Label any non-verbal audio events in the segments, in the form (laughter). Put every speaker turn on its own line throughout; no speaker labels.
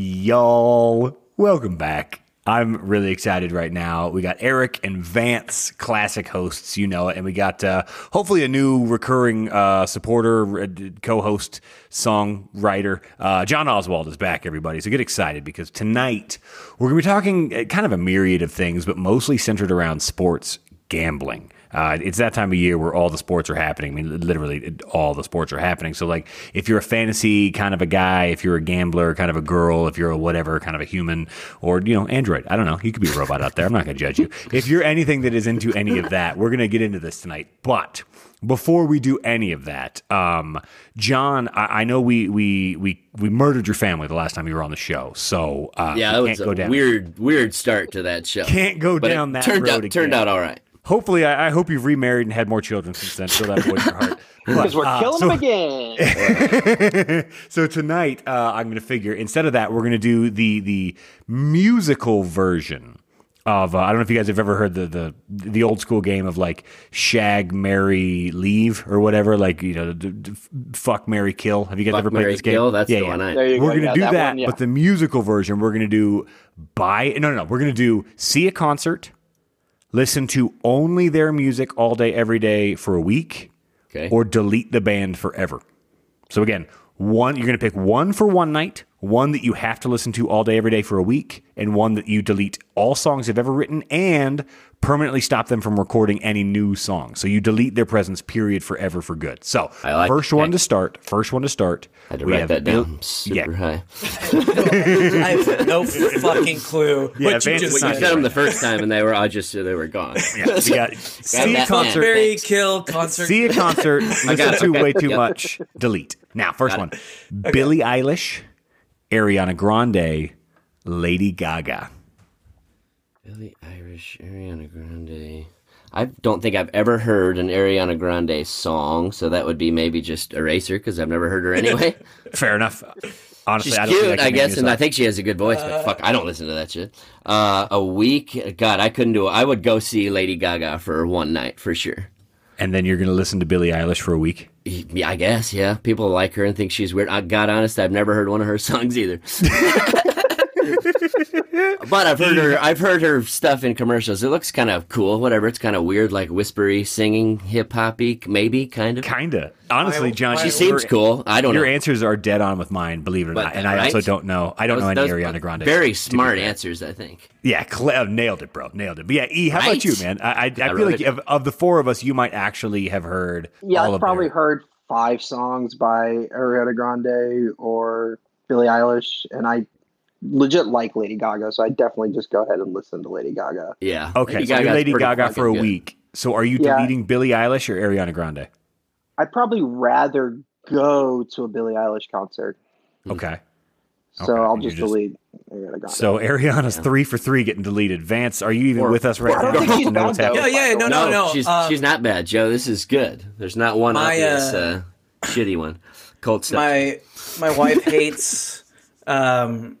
y'all. Welcome back. I'm really excited right now. We got Eric and Vance, classic hosts, you know it, and we got uh, hopefully a new recurring uh, supporter, uh, d- co-host, songwriter. Uh, John Oswald is back, everybody. So get excited because tonight we're gonna be talking uh, kind of a myriad of things, but mostly centered around sports gambling. Uh, it's that time of year where all the sports are happening. I mean, li- literally it- all the sports are happening. So, like, if you're a fantasy kind of a guy, if you're a gambler kind of a girl, if you're a whatever kind of a human, or you know, android, I don't know, you could be a robot out there. I'm not going to judge you.
(laughs)
If you're anything that is into any of that, we're going to get into this tonight. But before we do any of that, um, John, I, I know we we we we murdered your family the last time you were on the show, so uh,
Yeah,
we
that
can't
was
go
a
down.
weird, weird start to that show.
Can't go
But it
down that
turned
road
out, Turned
again.
out all right.
Hopefully, I, I hope you've remarried and had more children since then. Fill that void in your heart.
(laughs)
Because we're
But, uh,
killing
so-
them
(laughs)
again.
so tonight, uh, I'm going to figure instead of that, we're going to do the the musical version of uh, I don't know if you guys have ever heard the the the old school game of like shag, marry, leave or whatever, like you know, d- d- fuck, marry, kill. Have you guys
Fuck,
ever played
marry,
this game?
kill, that's
yeah,
the
yeah.
one I-
There you
We're
go.
gonna
Yeah,
do
that
that,
one, yeah.
but the musical version we're gonna do buy. No, no, no. We're gonna do see a concert, listen to only their music all day, every day for a week
Okay.
or delete the band forever. So again, one you're going to pick one for one night, one that you have to listen to all day every day for a week, and one that you delete all songs they've ever written and permanently stop them from recording any new songs. So you delete their presence period forever for good. So
I like-
first one to start, first one to start.
I had to
we
write
have
that
Bill-
down. I'm super
yeah.
high.
I
(laughs)
have no fucking clue
Yeah,
what you
Vance
just
is not
I
said.
said them the first time, and they were. I just they were gone.
(laughs) Yeah, we got see a
that
concert.
Very kill concert.
See a
(laughs)
concert, listen
got it.
to way too
Yep.
much, delete. Now, first one Billie Eilish, Ariana Grande, Lady Gaga.
Billy Irish, Ariana Grande. I don't think I've ever heard an Ariana Grande song, so that would be maybe just Eraser because I've never heard her anyway.
Fair enough. Honestly, (laughs)
She's
I don't
cute,
think
I,
I, can
guess, and I
think
think she has a good voice, but fuck, I don't listen to that shit. Uh, a week, God, I couldn't do it. I would go see Lady Gaga for one night for sure.
and then you're going to listen to Billie Eilish for a week.
Yeah, I guess, yeah. People like her and think she's weird. I got honest, I've never heard one of her (laughs)
(laughs)
songs either. but I've heard her I've heard her stuff in commercials. It looks kind of cool, whatever. It's kind of weird like whispery singing, hip hoppy, maybe kind of.
Kinda. Honestly, John,
She
your-
Seems cool. I don't
Your
know.
answers are dead on with mine, believe it or
But-
not. And I also
right?
don't know. I don't
Those-
know any
those were
Ariana Grande.
Very
songs, to be
smart
fair.
answers, I think.
Yeah, cle- oh, nailed it, bro. Nailed it. But yeah, E, how about
Right.
you, man? I I, I feel
wrote
like
it.
of, of the four of us, you might actually have heard.
Yeah,
all
I've
of
probably
their-
heard five songs by Ariana Grande or Billie Eilish, and I legit like Lady Gaga, so I definitely just go ahead and listen to Lady Gaga.
Yeah.
Okay, so you're
Gaga's
Lady
pretty
Gaga
fucking
for a
good.
week. So are you
Yeah.
deleting Billie Eilish or Ariana Grande?
I'd probably rather go to a Billie Eilish concert,
Hmm.
Okay.
so
Okay,
I'll
you
just
just-
delete Ariana Grande.
So Ariana's three for three getting deleted. Vance, are you even
Or-
with us right
or-
now?
I don't think
You
she's
know
bad,
what's
though.
happening?
yeah, yeah, no, no,
No,
no.
she's
um,
she's not bad, Joe. This is good. There's not one
My,
obvious
uh,
uh, shitty one. Cold stuff.
my my wife hates um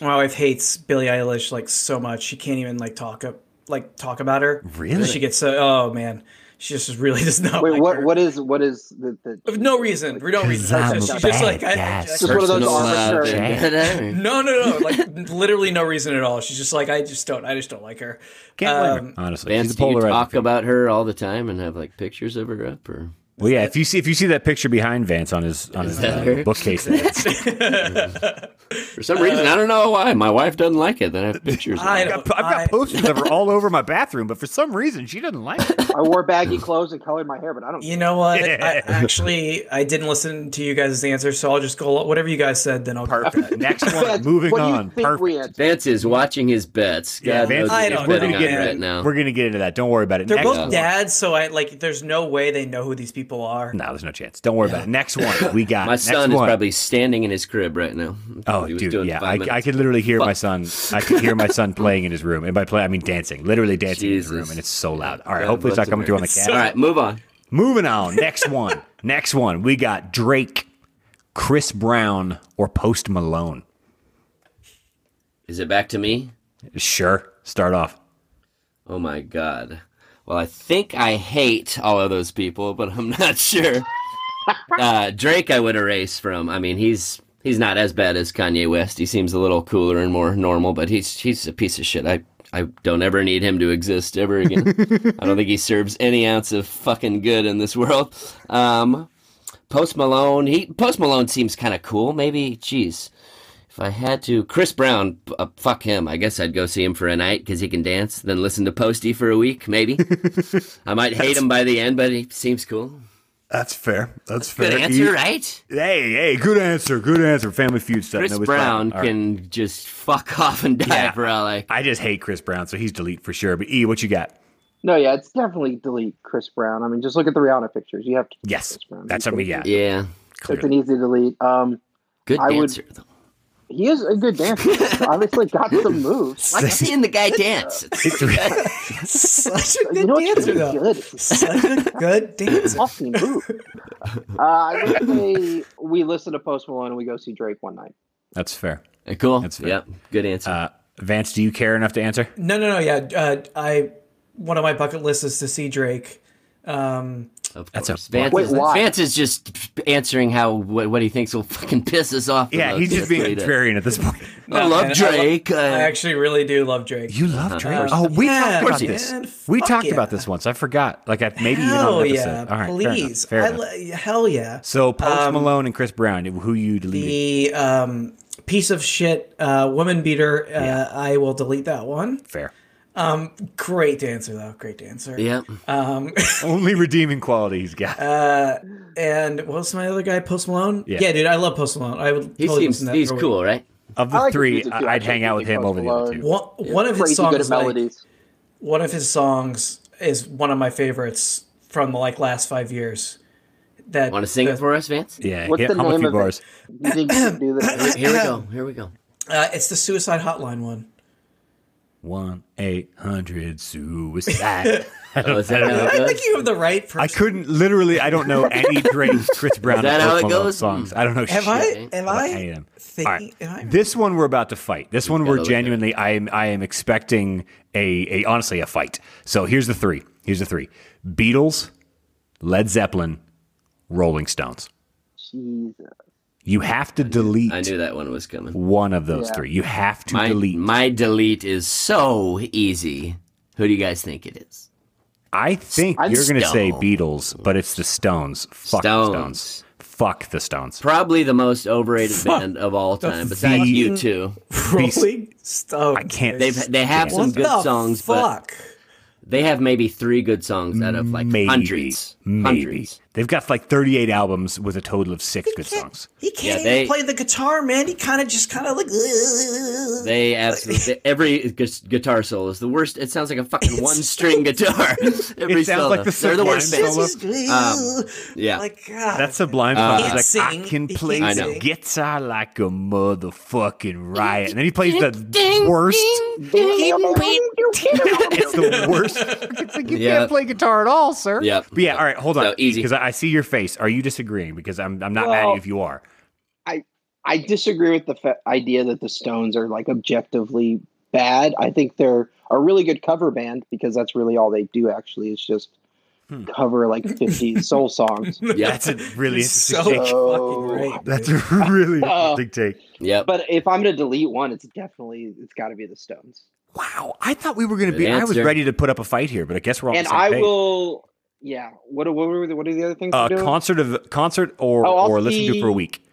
my wife hates Billie Eilish like so much she can't even like talk up like talk about her.
Really?
She gets so oh man. She just really (laughs) does not
Wait,
like
what?
her.
What is what is the, the
Of no reason. For no reason.
I'm
She's
a
just, like I,
bad guy.
I-
Just one of those
Personal
arbitrary-
love and-
No, no, no. Like literally no reason at all. She's just like I just don't I just don't like her. (laughs)
Can't blame
Um,
her. Honestly,
Vance,
she's a
do you
polarizing
talk
figure.
about her all the time and have like pictures of her up or
Well, yeah. If you see if you see that picture behind Vance on his on his
that
uh,
her?
bookcase,
(laughs)
that's Mm.
for some reason I don't know why my wife doesn't like it. Then I have pictures. of
I
her.
don't
I've got
I-
posters of her all over my bathroom, but for some reason she doesn't like it.
(laughs)
I wore baggy clothes and colored my hair, but I don't.
You know what?
Yeah.
I actually I didn't listen to you guys' answer, so I'll just go whatever you guys said. Then I'll go with
Perfect.
that.
Next one.
That's
Moving
what do you
on.
think we
Perfect.
answered?
Vance is watching his bets. God
Yeah,
knows
Vance.
what
I
he's
don't
we're
betting
gonna
know,
on
get
man.
right now.
we're gonna get into that. Don't worry about it.
(laughs) They're
Next
both
one.
dads, so I like. There's no way they know who these people are.
No, there's no chance. Don't worry about it. Next one. We got
My
next
son is
one.
probably standing in his crib right now.
Oh,
He was
dude,
doing
yeah,
five
I, I
minutes.
could literally hear my son. I could hear my
(laughs)
son playing in his room, and by play, I mean dancing, literally dancing in his room,
Jesus.
and it's so loud. All right,
God
hopefully it's not
bless
coming through on the
America.
cat.
All right, move on.
Moving on. Next
(laughs)
one. Next one. We got Drake, Chris Brown, or Post Malone.
Is it back to me?
Sure. Start off.
Oh my god. Well, I think I hate all of (laughs) those people, but I'm not sure. uh, Drake, I would erase from. I mean, he's He's not as bad as Kanye West. He seems a little cooler and more normal, but he's he's a piece of shit. I I don't ever need him to exist ever again. I don't think he serves any ounce of fucking good in this world. Um, Post Malone, he Post Malone seems kind of cool. Maybe, jeez, if I had to, Chris Brown, p- uh, fuck him. I guess I'd go see him for a night because he can dance. Then listen to Posty for a week, maybe.
(laughs)
I might hate him by the end, but he seems cool.
That's fair. That's fair.
Good
You-
answer, right?
Hey, hey, good answer. Good answer. Family feud stuff.
Chris
nobody's fighting.
Brown
All right.
can just fuck (laughs) off and die
Yeah.
for all I.
I just hate Chris Brown, so he's delete for sure. But E, what you got?
No, yeah, it's definitely delete Chris Brown. I mean, just look at the Rihanna pictures. You have to. delete
Yes,
Chris Brown.
that's what we
(laughs)
got.
Yeah,
It's
Clearly.
an easy delete. Um,
good
I would-
dancer. though.
he is a
(laughs)
good dancer. Obviously, got some moves.
I like seeing the guy dance.
It's re-
(laughs) Such
You
a good
know what's
dancer,
really
though.
good? It's
(laughs) Such a good dancer.
fucking move. Uh, I would say we listen to Post Malone and we go see Drake one night.
(laughs) That's fair.
(laughs) Uh, cool.
That's fair.
yep. Good answer.
Uh, Vance, do you care enough to answer?
No, no, no. Yeah, uh, I one of my bucket lists is to see Drake. Um,
of
that's
course.
a-
Vance,
Wait,
is,
why?
Vance is just answering how what, what he thinks will fucking piss us off. the
Yeah,
most.
he's just
That's
being
what he does.
contrarian at this
(laughs)
point.
I
No,
love
man, I lo-
Drake.
I
uh,
actually really do love Drake.
You love Drake.
Uh,
Oh, we
yeah,
talked
of
about
course he
this.
is.
We
Fuck
talked
yeah.
about this once. I forgot. Like I maybe even on
hell
an episode.
yeah!
All right, fair enough,
please,
fair
I
enough.
li- hell yeah.
So Post
Um,
Malone and Chris Brown, who you deleted?
The um, piece of shit uh, woman beater. Uh, I will delete that one.
fair.
Great dancer though. Great dancer.
yeah.
Um,
Only redeeming quality he's got.
uh, and what's my other guy? Post Malone.
Yeah.
dude, I love Post Malone. I would.
He
totally
seems
listen to that
he's
for a week.
cool, right?
of the
I like his
three,
music, too.
I- I'd
I
hang
think
out with
Post
him over the other
Malone-
two.
One, one of his
Crazy good
songs
at
is like,
melodies.
one of his songs is one of my favorites from the like last five years. That
Want to sing
the-
it for us, Vance?
Yeah,
What's
yeah,
the
how much
name
you
of it?
bars?
You think you can do
(laughs)
that?
Here we go. Here we go.
Uh, it's the Suicide Hotline one.
One eight hundred
(laughs)
suicide. (laughs) I
Oh,
don't-
is that how it
I
goes?
think you have the right person.
I couldn't literally. I don't
(laughs)
know any Drake, Chris Brown,
Is that
or
how
Post
it
Malone
goes?
songs. I don't know.
Have
shit.
I? Am
about
I?
any of them.
Thinking,
All right.
am I?
This one we're about to fight. This one
gotta
we're
look at it.
genuinely. I am. I am expecting a, a honestly a fight. So here's the three. Here's the three: Beatles, Led Zeppelin, Rolling Stones.
Jesus.
You have to delete
I knew that one was coming.
one of those
Yeah.
three. You have to
My
delete.
my delete is so easy. Who do you guys think it is?
I think
I'm
you're going to say
Stones.
Beatles, but it's the Stones. Fuck the Stones.
Stones.
Fuck the Stones.
Probably the most overrated
Fuck
band of all time, besides
fucking-
you two.
Rolling Stones. I
can't-
They've they have some
what
good
the
songs, but
Fuck.
they have maybe three good songs out of like
Maybe.
hundreds.
Maybe.
Hundreds.
They've got like 38 albums with a total of six good
He can't-
songs.
He can't
Yeah, they-
even play the guitar, man. He kind of just kind of like.
They absolutely every gu- guitar solo is the worst. It sounds like a fucking one string guitar.
(laughs)
every
It sounds
solo.
like the
They're the worst
Sublime
band.
solo.
Um,
yeah.
Like God. (laughs)
That's Sublime
Uh,
Song. He's like,
Sing.
I can
He
play
can't
the
sing.
guitar like a motherfucking riot. And then he plays the worst.
(laughs)
It's
(laughs)
the worst. It's like you
Yeah.
can't play guitar at all, sir.
Yeah.
But yeah, all right, hold on.
So, easy.
Because I, I see your face. Are you disagreeing? Because I'm, I'm not mad at you
Well-
if you are.
I disagree with the fa- idea that the Stones are like objectively bad. I think they're a really good cover band because that's really all they do. Actually, is just
Hmm.
cover like 50 soul songs.
Yep.
That's a really
It's
interesting
so
take.
fucking great.
That's
dude.
a
(laughs)
really
Uh,
interesting take.
Yep.
But if I'm gonna delete one, it's definitely it's got to be the Stones.
Wow, I thought we were going to
Good
be. I was
answer.
ready to put up a fight here, but I guess we're on
and
the same
I
page.
will. Yeah. What what were the, what are the other things?
uh,
we're doing?
concert of concert or
Oh, I'll
or listen to
see-
for a week.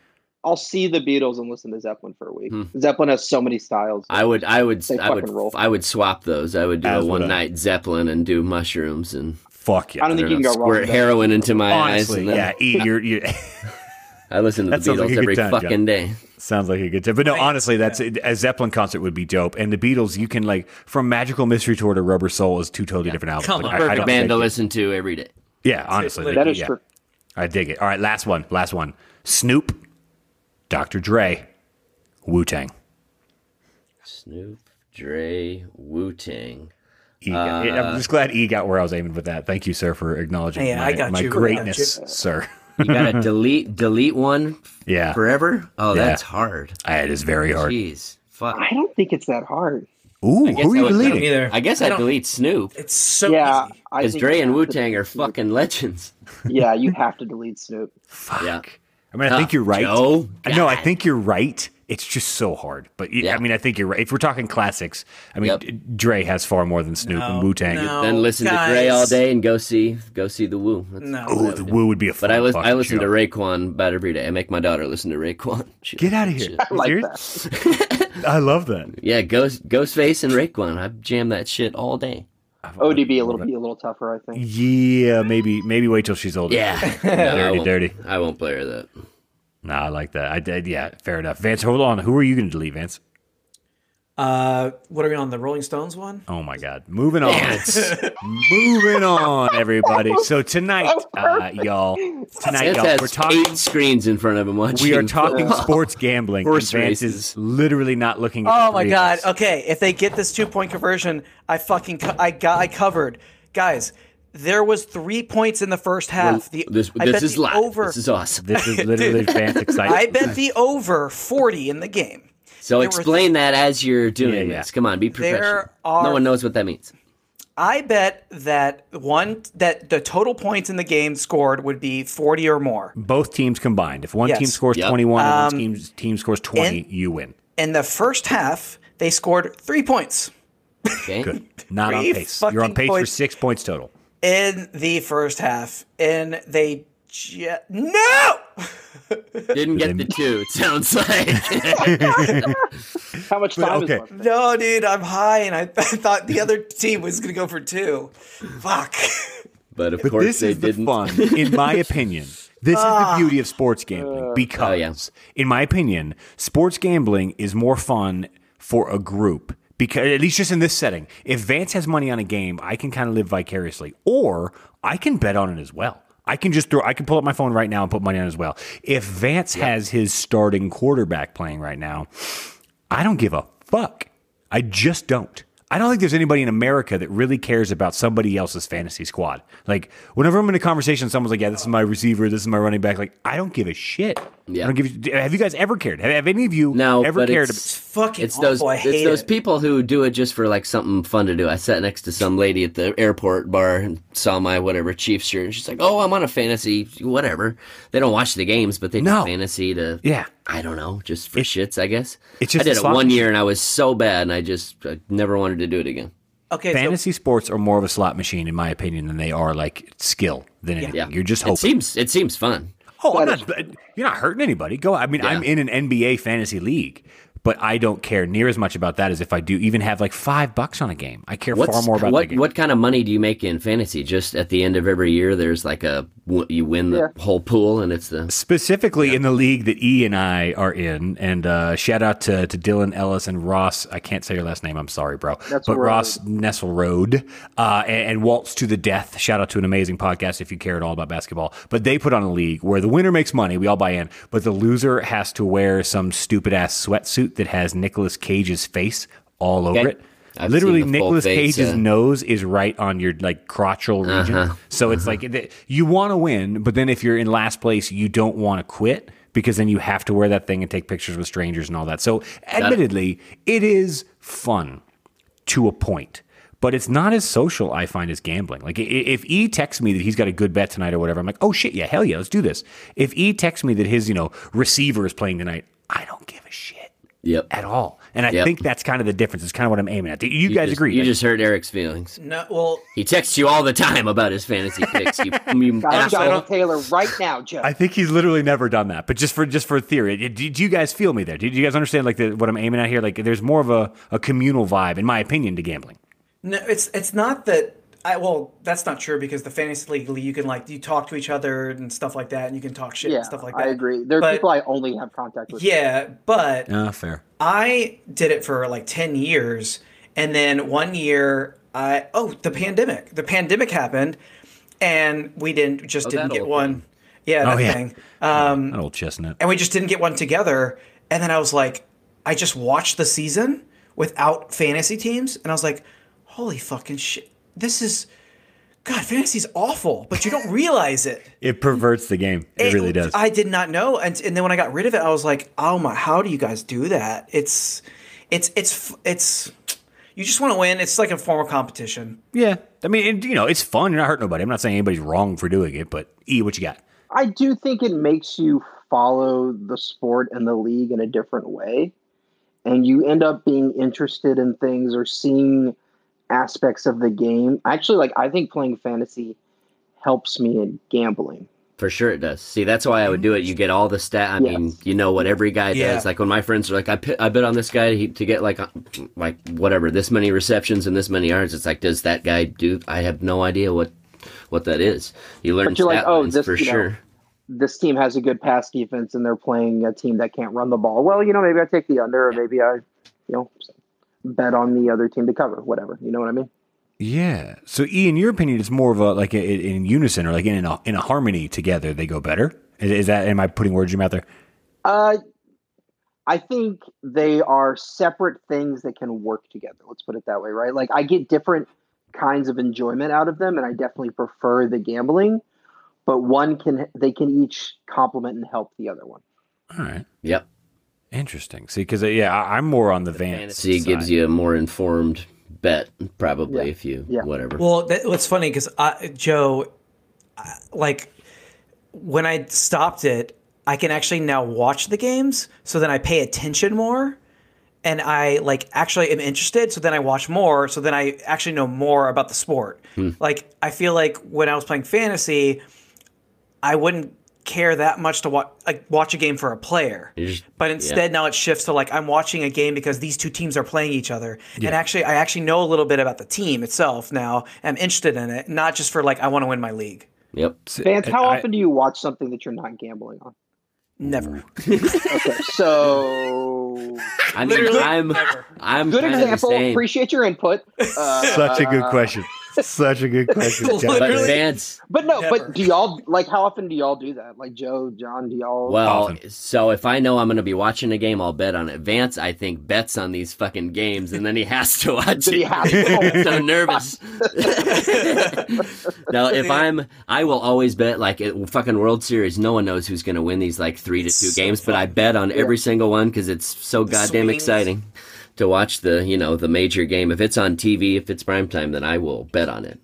I'll see the Beatles and listen to Zeppelin for a week.
Hmm.
Zeppelin has so many styles.
I would, I would,
They
I would,
fucking roll.
I would swap those. I would do
As
a
would I.
one night Zeppelin and do mushrooms and
Fuck yeah!
I don't think
I don't
you
know,
can go wrong.
squirt
with that.
heroin into my eyes.
Honestly,
And then
yeah, E, you're, you
I listen to the
That sounds
Beatles
like a good
every
time, John.
fucking day.
sounds like a good tip. But no, honestly, that's a Zeppelin concert would be dope, and the Beatles you can like from Magical Mystery Tour to Rubber Soul is two totally different albums.
Come
Like,
on.
I- I
Perfect
don't
band to
think-
listen to every day.
Yeah, honestly, like,
That
That is
yeah,
true.
I dig it. All right, last one, last one. Snoop, Dr. Dre, Wu Tang.
Snoop, Dre, Wu Tang.
E got- I'm
Uh,
just glad E got where I was aiming with that. Thank you, sir, for acknowledging
Hey,
my,
I got
my
you.
greatness, sir.
You gotta (laughs) delete, delete one
Yeah,
forever. Oh,
Yeah.
that's hard.
I- it is very hard.
Jeez, fuck.
I don't think it's that hard.
Ooh,
guess
who are
I
you
would
deleting?
Me either.
I guess
I
I
don't-
delete Snoop
It's so
yeah,
easy.
I
because
think
Dre
(laughs) you
and
have
Wu
to
Tang are
delete Snoop.
fucking legends.
Yeah, you have to delete Snoop.
Fuck.
Yeah.
I mean, I think
Tough,
you're right.
Joe.
No, I
God.
think you're right. It's just so hard. But y- I
Yeah.
mean, I think you're right. If we're talking classics, I mean,
Yep.
D- Dre has far more than Snoop
No,
and Wu Tang.
no.
Then
Oh,
listen to Dre
guys.
all day and go see go see the Woo. That's-
No.
Ooh, the Wu would be a fun
But I, lis-
fucking
I listen
show.
to Raekwon about every day. I make my daughter listen to Raekwon. (laughs) She
Get out of
loves
here.
that shit.
I like
You're-
that.
(laughs) I love that.
Yeah, Ghost Ghostface and Raekwon. I jam that shit all day.
ODB a little be a little tougher, I think.
Yeah, maybe maybe wait till she's older.
Yeah, (laughs) No,
(laughs)
I
Dirty,
won't-
dirty.
I won't play her that.
No, I like that. I did. Yeah, fair enough. Vance, hold on. Who are you going to delete, Vance?
Uh, what are we on? The Rolling Stones one?
Oh my God. Moving on. Moving on, everybody. So tonight, uh, y'all, tonight,
It
y'all,
has
we're talking.
eight screens in front of him watching.
We
(laughs)
are talking (laughs)
football.
sports gambling. and
Horse
Vance
races.
is literally not looking. At
Oh
the
my
three of
god.
us.
Okay, if they get this two point conversion, I fucking co- I got I covered. Guys, there was three points in the first half. The
This,
I
this
bet
is
the
live.
over.
This is awesome.
This
(laughs)
is literally Vance
I
excited.
bet the over forty in the game.
So
were
explain that as you're doing
Yeah, yeah.
this. Come on, be professional.
are-
No one knows what that means.
I bet that one that the total points in the game scored would be forty or more.
Both teams combined. If one
Yes. Um,
team scores
Yep.
21 and one team, team scores 20, you win.
In the first half, they scored three points.
Okay.
Good. Not on
Three
pace. You're on
fucking
pace for
points.
six points total.
in the first half, and they ju- no.
Didn't get the two. It sounds
(laughs)
(laughs) like
How much time
okay.
is left?
No, dude, I'm high, and I, (laughs) I thought the other team was gonna go for two. Fuck.
But of
But
course
this
they
is
didn't.
the fun, in
(laughs)
my opinion. This is the beauty of sports gambling because,
Uh, oh, yeah.
in my opinion, sports gambling is more fun for a group. Because at least just in this setting, if Vance has money on a game, I can kind of live vicariously, or I can bet on it as well. I can just throw. I can pull up my phone right now and put money on it as well. If Vance has his starting quarterback playing right now, I don't give a fuck. I just don't. I don't think there's anybody in America that really cares about somebody else's fantasy squad. Like, whenever I'm in a conversation, someone's like, "Yeah, this is my receiver, this is my running back." Like, I don't give a shit.
Yeah.
I don't give. a- Have you guys ever cared? Have, have any of you
No,
ever
but
cared?
it's-
It's fucking
It's
awful.
those
I
it's
hate
those
it.
people who do it just for like something fun to do. I sat next to some lady at the airport bar and saw my whatever Chiefs shirt, and she's like, "Oh, I'm on a fantasy whatever." They don't watch the games, but they
No.
do fantasy to
Yeah.
I don't know, just for shits, I guess.
it's just
I did
a
it
slot
one
machine.
year and I was so bad, and I just I never wanted to do it again.
Okay, so
fantasy sports are more of a slot machine, in my opinion, than they are like skill than anything.
Yeah,
You're just
It
hoping.
seems it seems fun.
Oh, I'm not, you're not hurting anybody. Go. I mean, I'm in an NBA fantasy league, but I don't care near as much about that as if I do even have like five bucks on a game. I care far more about the
what
game.
what kind of money do you make in fantasy? Just at the end of every year, there's like a you win the whole pool, and it's the
specifically in the league that E and I are in. And uh, shout out to, to Dylan Ellis and Ross. I can't say your last name. I'm sorry, bro.
That's
but
Road.
Ross Nessel Road uh, and, and Waltz to the Death. Shout out to an amazing podcast if you care at all about basketball. But they put on a league where the winner makes money. We all buy in, but the loser has to wear some stupid ass sweatsuit that has Nicolas Cage's face all over
Okay.
it.
I've
Literally,
seen the full
Nicolas
face, Uh-huh.
Cage's
uh,
nose is right on your like crotchal region. So it's like th- you want to win, but then if you're in last place, you don't want to quit because then you have to wear that thing and take pictures with strangers and all that. So admittedly, it is fun to a point. But it's not as social, I find, as gambling. Like, i- if E texts me that he's got a good bet tonight or whatever, I'm like, oh shit, yeah, hell yeah, let's do this. If E texts me that his, you know, receiver is playing tonight, I don't give a shit
yep.
at all. And I
Yep.
think that's kind of the difference. It's kind of what I'm aiming at. You, guys
just,
agree?
You
right?
just hurt Eric's feelings.
no, well,
He texts you all the time about his fantasy picks.
(laughs)
You, you (laughs)
Guys,
asshole.
Jonathan Taylor right
(laughs)
now, Joe.
I think he's literally never done that. But just for just for theory, do, do you guys feel me there? Do, do you guys understand like the, what I'm aiming at here? Like, there's more of a, a communal vibe, in my opinion, to gambling.
no, it's it's not that. I well, that's not true because the fantasy league, you can like you talk to each other and stuff like that, and you can talk shit
yeah,
and stuff like that.
I agree. There are
But-
people I only have contact with.
Yeah, but
Ah, fair.
I did it for like 10 years. And then one year, I, oh, the pandemic. The pandemic happened and we didn't, just didn't
that
get
old
one. Yeah, that
yeah.
thing. Um,
That old chestnut.
and we just didn't get one together. And then I was like, I just watched the season without fantasy teams. And I was like, holy fucking shit. This is, God, fantasy's awful, but you don't realize it.
It perverts the game. It, really does.
I did not know, and and then when I got rid of it, I was like, "Oh my, how do you guys do that?" It's, it's, it's, it's. You just want to win. It's like a form of competition.
yeah. I mean, it, you know, it's fun. You're not hurting nobody. I'm not saying anybody's wrong for doing it, but E, what you got?
I do think it makes you follow the sport and the league in a different way and you end up being interested in things or seeing aspects of the game actually like i think playing fantasy helps me in gambling
For sure it does. See, that's why I would do it. You get all the stat. I mean, you know what every guy does.
Yeah.
Like when my friends are like, I, pi- I bet on this guy he- to get like, uh, like whatever, this many receptions and this many yards. It's like, does that guy do? I have no idea what, what that is. You learn stat
you're like, oh,
lines
this,
for
you know,
sure.
this team has a good pass defense and they're playing a team that can't run the ball well you know maybe i take the under or maybe i you know bet on the other team to cover whatever you know what i mean
Yeah. So, E, in your opinion, it's more of a like a, in unison or like in a, in a harmony together, they go better. Is, is that? Am I putting words in your mouth there?
Uh, I think they are separate things that can work together. Let's put it that way, right? Like I get different kinds of enjoyment out of them, and I definitely prefer the gambling. But one can they can each complement and help the other one.
All right.
Yep.
Interesting. See, because yeah, I, I'm more on the, Vance.
Fantasy gives
side.
you a more informed bet, probably if you
Yeah.
whatever.
Well, that, what's funny because Joe, I- like, when I stopped it, I can actually now watch the games. So then I pay attention more, and I like actually am interested. So then I watch more. So then I actually know more about the sport. Like I feel like when I was playing fantasy, I wouldn't care that much to watch like watch a game for a player.
You just-
But instead, now it shifts to like I'm watching a game because these two teams are playing each other, and actually, I actually know a little bit about the team itself now. I'm interested in it, not just for like I want to win my league.
yep.
And
Vance, how
I-
often do you watch something that you're not gambling on?
Never.
Okay, so
I mean, I'm I'm
good
kinda the
example.
same.
Appreciate your
(laughs)
input. Uh,
Such a good question. Such a good (laughs) question. Jeff.
But
Literally.
Vance,
But no,
Never.
but do y'all like how often do y'all do that? Like Joe, John, do y'all?
well,
Often.
so if I know I'm going to be watching a game, I'll bet on it. Vance, I think bets on these fucking games, and then he has to (laughs) watch
Did he
it.
have to?
(laughs) I'm so nervous. (laughs) now, if I'm, I will always bet like at fucking World Series. No one knows who's going to win these like three to
It's
two
so
games, but I bet on every single one because it's so goddamn
swings.
exciting to watch the you know the major game. If it's on TV, if it's prime time, then I will bet on it.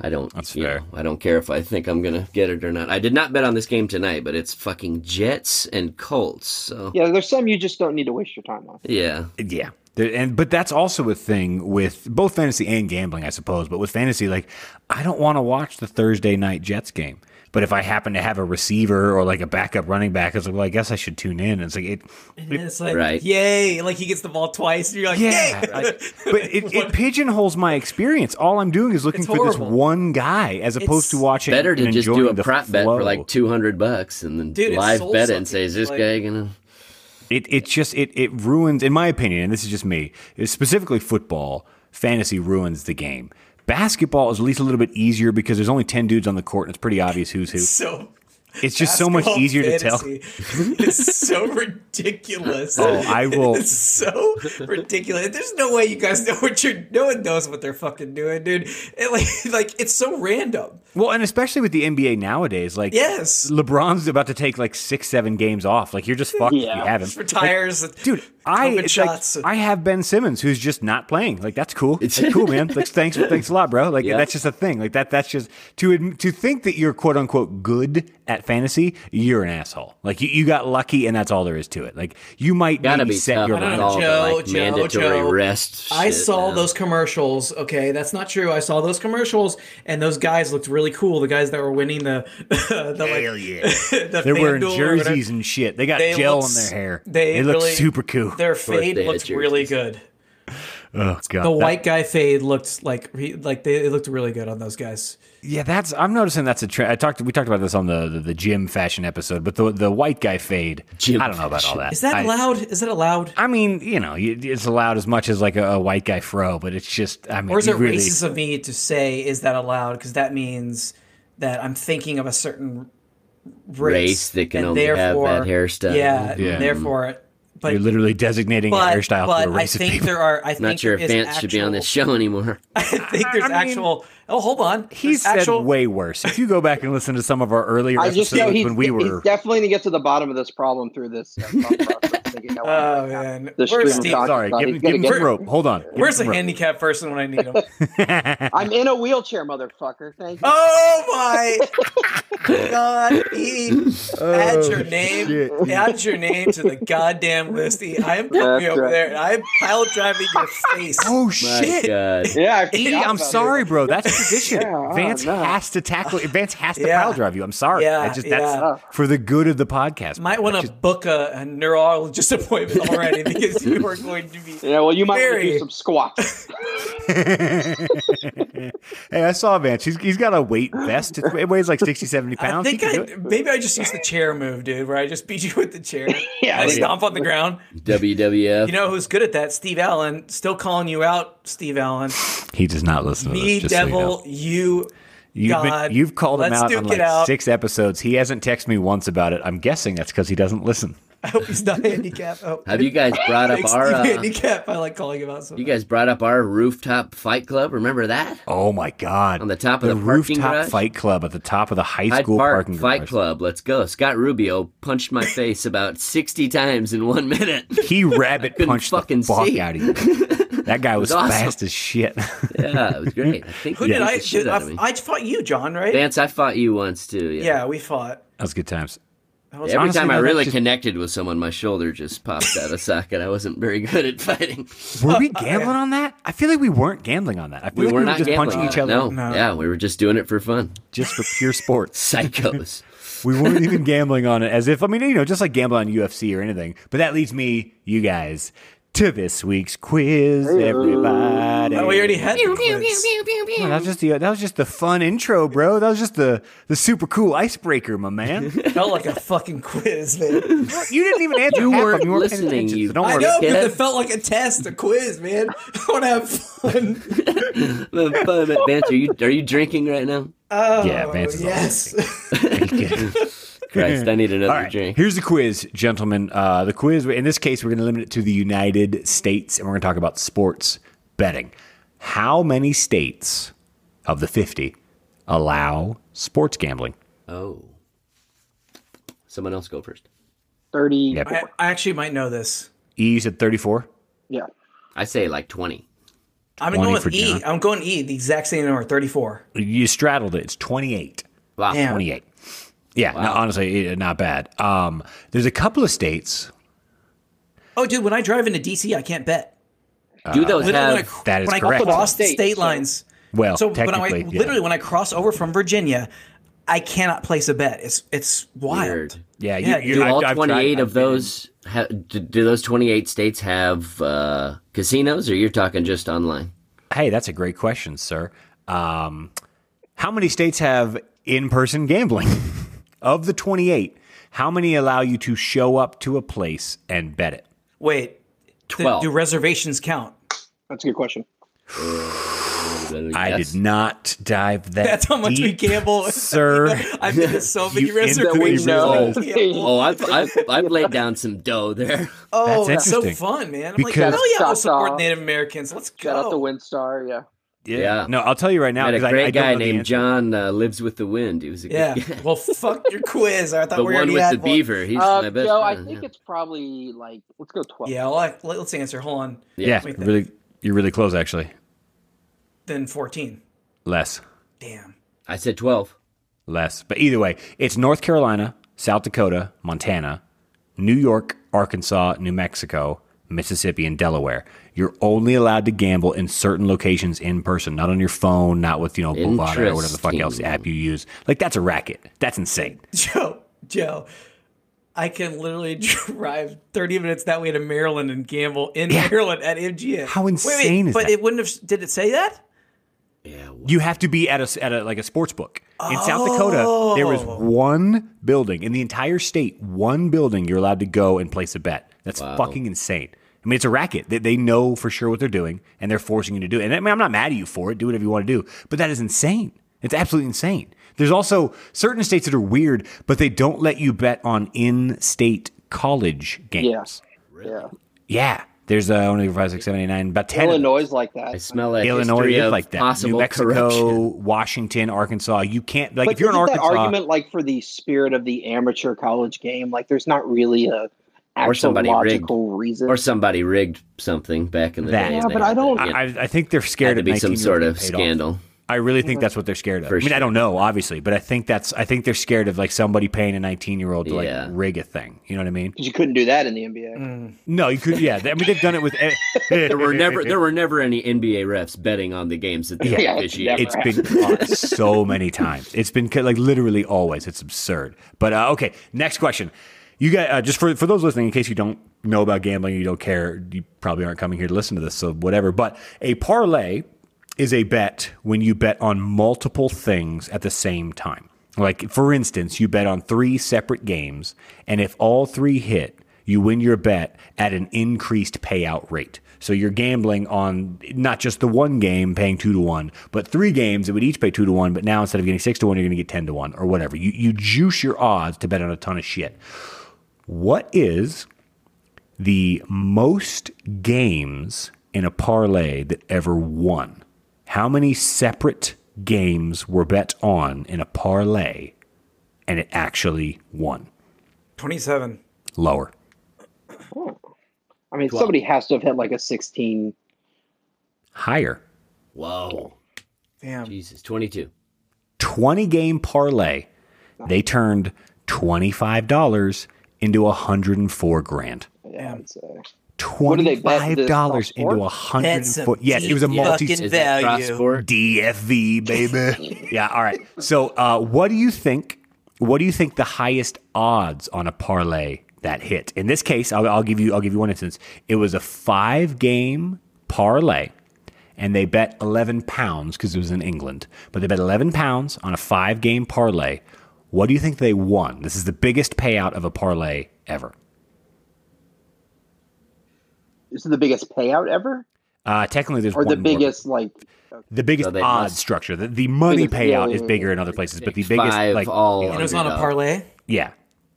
I don't.
That's
you
fair.
know, I don't care if I think I'm gonna get it or not. I did not bet on this game tonight, but it's fucking Jets and Colts. So
Yeah, there's some you just don't need to waste your time on.
yeah,
Yeah. There- And but that's also a thing with both fantasy and gambling, I suppose. But with fantasy, like I don't want to watch the Thursday night Jets game. But if I happen to have a receiver or like a backup running back, it's like, well, I guess I should tune in. And it's like, it,
And it's like,
Right.
yay! Like he gets the ball twice, and you're like,
yeah,
yay!
like, but it,
(laughs)
it pigeonholes my experience. All I'm doing is looking
It's
for this
horrible.
one guy, as opposed to
It's
watching.
better to
and
just do
enjoying
a
the
prop bet for
flow.
like two hundred bucks and then
Dude, it's
live
soul
bet it and
sucking.
say, is this
Like-
guy gonna?
It it's just it it ruins, in my opinion, and this is just me. is Specifically, football fantasy ruins the game. Basketball is at least a little bit easier because there's only ten dudes on the court, and it's pretty obvious who's who.
(laughs) So
It's just so much easier to
to tell. it's so ridiculous.
tell. Oh, I will.
(laughs) It's so ridiculous. There's no way you guys know what you're. No one knows what they're fucking doing, dude. It, like, (laughs) like it's so random.
Well, and especially with the NBA nowadays, like
Yes,
LeBron's about to take like six, seven games off. Like you're just fucked if you
Yeah.
have him.
retires.
Dude, I
COVID
it's like,
shots.
I have Ben Simmons who's just not playing. Like that's cool. It's cool,
(laughs)
man. Like thanks, thanks a lot, bro. Like
Yeah.
that's just a thing. Like that that's just to adm- to think that you're quote unquote good at fantasy. You're an asshole. Like you, you got lucky, and that's all there is to it. Like you might
Gotta
maybe
be
set
tough
your
with
lineup.
don't know,
all the
Joe,
like
Joe,
mandatory
Joe.
rest.
I
shit
saw
now.
those commercials. Okay, that's not true. I saw those commercials, and those guys looked really cool. The guys that were winning the, (laughs) the
Hell
like,
yeah.
(laughs) the
(laughs) They're wearing
FanDuel or whatever.
jerseys and shit. They got
They
gel
look
in
s-
their hair.
they
look
really-
super cool.
Their
they
fade
had
looked really good.
oh god.
The
That-
white guy fade looked like re- like they it looked really good on those guys.
Yeah, that's. I'm noticing that's a trend. I talked. We talked about this on the the, the gym fashion episode, but the the white guy fade.
Gym
I don't know about all
fashion.
that.
Is that
I,
allowed? Is that allowed?
I mean, you know, you- it's allowed as much as like a, a white guy fro, but it's just. I mean,
Or is
you
it
really,
racist of me to say is that allowed? Because that means that I'm thinking of a certain race,
Race that can
and
only have
therefore-
that hairstyle.
Yeah,
Yeah.
And therefore, But
You're literally designating a
but,
hairstyle
but
to a
I
race of
think
people.
there are. I think
Not sure
there
if
is
Vance should be on
actual- (laughs)
this show anymore.
I think there's
I mean,
actual. Oh, hold on.
(laughs) He
There's
said
actual,
way worse. If you go back and listen to some of our earlier
I
episodes
just know he's,
when we
he's
were
definitely going to get to the bottom of this problem through this. uh, thought
(laughs)
process, thinking that
Oh
way.
man,
The
where's
stream
Steve?
talk-
sorry, give,
he's
him-
gonna
give him
get-
some rope. Hold on. Give him
Where's the
some rope.
handicapped person when
(laughs)
I need him?
I'm in a wheelchair, motherfucker. Thank
(laughs)
you.
oh my god, he add
Oh,
your name, add your name to the goddamn list. E. I am putting you
That's
over
right.
there, and I'm pile driving your face.
(laughs) Oh
My
shit.
(laughs)
God.
Yeah, I forgot
Edie, I'm
about it.
sorry, bro. That's tradition.
(laughs) Yeah, oh,
Vance
no.
has to tackle. Vance has to
Yeah.
pile drive you. I'm sorry.
Yeah,
I just that's
Uh,
yeah.
for the good of the podcast.
Might
bro.
want
That's
to book a, a neurologist appointment already because you are going to be.
Yeah, well, you might want to
Very.
do some squats.
just- hey, I saw Vance. He's, he's got a weight vest. It's- It weighs like 60, 70
I
pounds. He
think
can do
I,
it.
maybe I just use the chair move, dude, where I just beat you with
(laughs)
the chair.
yeah,
I
like,
stomp on the ground.
WWF.
You know who's good at that? Steve Allen. Still calling you out, Steve Allen.
He does not listen to
Me,
this. Just so you know.
devil, you.
You've, been-
God.
you've called him
Let's
out
duke
on
it
like
out.
six episodes. He hasn't texted me once about it. I'm guessing that's because he doesn't listen.
I hope he's not (laughs) handicapped. Oh,
Have you guys brought
(laughs)
up
Makes
our?
Steve
Uh,
handicapped. I like calling him out. So
you
much.
guys brought up our rooftop fight club. Remember that?
Oh my god!
On the top of the parking
rooftop
garage?
fight club at the top of the high
Hyde
school
Park
parking
Fight
garage.
Club. Let's go. Scott Rubio punched my face about sixty times in one minute. (laughs)
He rabbit
Couldn't
punched the
fucking
fuck
see.
out of you. That
(laughs)
guy was,
was awesome.
fast as shit. (laughs)
yeah, it was great. I think
Who
he
did
beat
I?
the shit
Did,
out of
I,
me.
I fought you, John, right?
Vance, I fought you once too. Yeah.
yeah, we fought.
That was good
(laughs)
times.
That was
Every
Honestly,
time I
no, that's
really
just-
connected with someone, my shoulder just popped out of socket. I wasn't very good at fighting.
Oh,
Were we gambling on that? I feel like we weren't gambling on that. I feel
We
like
were
we were
not
just
gambling.
punching each other
No.
No.
yeah, we were just doing it for fun.
just for pure sports.
Psychos. (laughs)
We weren't even gambling on it as if I mean, you know, just like gambling on UFC or anything. But that leads me, you guys, to this week's quiz, everybody.
Oh, we already had. the quiz.
No, that was just the that was just the fun intro, bro. That was just the the super cool icebreaker, my
(laughs)
man.
Felt like a fucking quiz, man.
you didn't even answer.
You
half of
weren't
them. you weren't paying
listening,
attention,
you
so don't
I
worry.
know,
Get it?
because it felt like a test, a quiz, man. (laughs) I want to have fun.
But- but- but Vance, are you are you drinking right
(laughs)
now?
Oh,
Yeah, Vance is
yes.
Christ, I need another
All right.
drink.
Here's the quiz, gentlemen. Uh, the quiz, in this case, we're going to limit it to the United States and we're going to talk about sports betting. How many states of the 50 allow sports gambling?
Oh. Someone else go first.
Thirty.
Yep.
I, I actually might know this.
E, you said 34?
Yeah.
I say like 20.
I'm
20
going
for
with E.
John.
am going E. The exact same number, 34.
You straddled it. It's 28.
Wow.
Damn.
28. Yeah, no, honestly, eh, not bad. Um, there's a couple of states.
Oh, dude, when I drive into DC, I can't bet.
Uh,
Do those
Literally, when I,
have
That is
when
correct.
I cross
State,
state,
so-
lines.
Well,
So when I
technically, yeah.
literally when I cross over from Virginia, I cannot place a bet. It's it's wild.
Weird.
Yeah,
Yeah,
you, you,
Do
I've-
all
I've tried-
28
I've
of those ha, do, do those 28 states have uh, casinos or you're talking just online?
Hey, that's a great question, sir. Um, how many states have in person gambling? (laughs) of the 28, how many allow you to show up to a place and bet it?
Wait, th-
12.
do reservations count? (laughs)
That's a good question.
I
Yes.
did not dive that.
That's how much we
deep,
gamble. (laughs)
sir.
I've been to so
(laughs)
many
You end up with
reservations.
no.
I can't-
Oh, I've, I've, I've laid down some dough there.
(laughs)
Oh,
That's
that's, so
interesting.
fun, man! I'm
Because-
like, oh yeah, I'll
Shout
support
out-
Native Americans. Let's go.
Shout out to
Oh.
Windstar. Yeah.
Yeah.
No, I'll tell you right now.
I had a
'cause I-
great
I, don't
guy
know the
named
answer.
John uh, lives with the wind. He was a good
(laughs) yeah.
guy.
Well, fuck your quiz. I thought
The one
we already
with
had
the beaver. He's
Uh,
my best
Joe, I
friend,
think
yeah.
it's probably like let's go twelve.
One. Yeah, well, I, let, us answer. Hold on.
Yeah,
Wait,
really, you're really close, actually.
Then 14.
Less,
Damn. (laughs)
I said 12.
less. But either way, it's North Carolina, South Dakota, Montana, New York, Arkansas, New Mexico, Mississippi, and Delaware. You're only allowed to gamble in certain locations in person, not on your phone, not with, you know, Bovada or whatever the fuck else
Interesting.
app you use. Like, that's a racket. That's insane.
Joe, Joe, I can literally (laughs) drive 30 minutes that way to Maryland and gamble in Maryland at MGM.
How
Wait,
insane is
but
that?
it wouldn't have, did it say that?
Yeah.
You have to be at a, at a like a sports book. In South Dakota, there
Oh.
is one building in the entire state, one building you're allowed to go and place a bet. That's fucking insane. I mean, it's a racket. They, they know for sure what they're doing, and they're forcing you to do it. And I mean, I'm not mad at you for it. Do whatever you want to do, but that is insane. It's absolutely insane. There's also certain states that are weird, but they don't let you bet on in-state college games.
Really?
Yeah.
Yeah. There's uh, only five, six, seven, eight, nine, about ten. of them.
Illinois is like
I
that.
smell like
Illinois is like that.
Possible
New Mexico,
corruption.
Washington, Arkansas. You can't like
but
if you're in
isn't
Arkansas.
that argument like for the spirit of the amateur college game? Like, there's not really a
Or
actual
somebody rigged.
logical reason.
or somebody rigged something back in the
That.
day.
Yeah,
and they
but I
had to
don't-
get-
I, I think they're
had
scared
to
of
be some sort of
scandal.
scandal.
I really think that's what they're scared of.
For
I mean, I
sure.
don't know, obviously, but I think that's I think they're scared of like somebody paying a 19 year old to like
Yeah.
rig a thing. You know what I mean?
'Cause you couldn't do that in the NBA.
Mm.
No, you could. Yeah, I mean they've done it with. eh, (laughs) there
There were never there were never any NBA refs betting on the games that they
Yeah,
yeah, officiated.
It's been caught so many times. It's been ca- like literally always. It's absurd. But uh, okay, next question. You got uh, just for for those listening, in case you don't know about gambling, you don't care, you probably aren't coming here to listen to this. So whatever. But a parlay is a bet when you bet on multiple things at the same time. Like for instance, you bet on three separate games, and if all three hit, you win your bet at an increased payout rate. So you're gambling on not just the one game paying two to one, but three games that would each pay two to one. But now instead of getting six to one, you're going to get 10 to one or whatever. You, you juice your odds to bet on a ton of shit. What is the most games in a parlay that ever won? How many separate games were bet on in a parlay and it actually won?
Twenty-seven.
Lower.
I mean, somebody has to have hit like a 16.
Higher.
Whoa,
Damn.
Jesus, twenty two.
20 game parlay, they turned $25 into 104 grand.
Yeah, I'd say. did they bet? The
$25
top
into
sport?
104. Yes, it was a multi
Is that cross sport?
DFV,
(laughs)
baby. yeah, all right. So, uh, what do you think? What do you think the highest odds on a parlay that hit? In this case, I'll, I'll give you. I'll give you one instance. It was a five-game parlay, and they bet eleven pounds because it was in England. But they bet eleven pounds on a five-game parlay. What do you think they won? This is the biggest payout of a parlay ever.
This is the biggest payout ever?
Uh, technically, there's
Or the
one more, but
biggest, like,
the biggest
So they
odds
must-
structure. The, the money
Biggest- yeah,
payout
yeah,
is
yeah.
bigger in other places, but the
Picked
biggest
five
like
all
And it was on a
underdog.
parlay.
Yeah.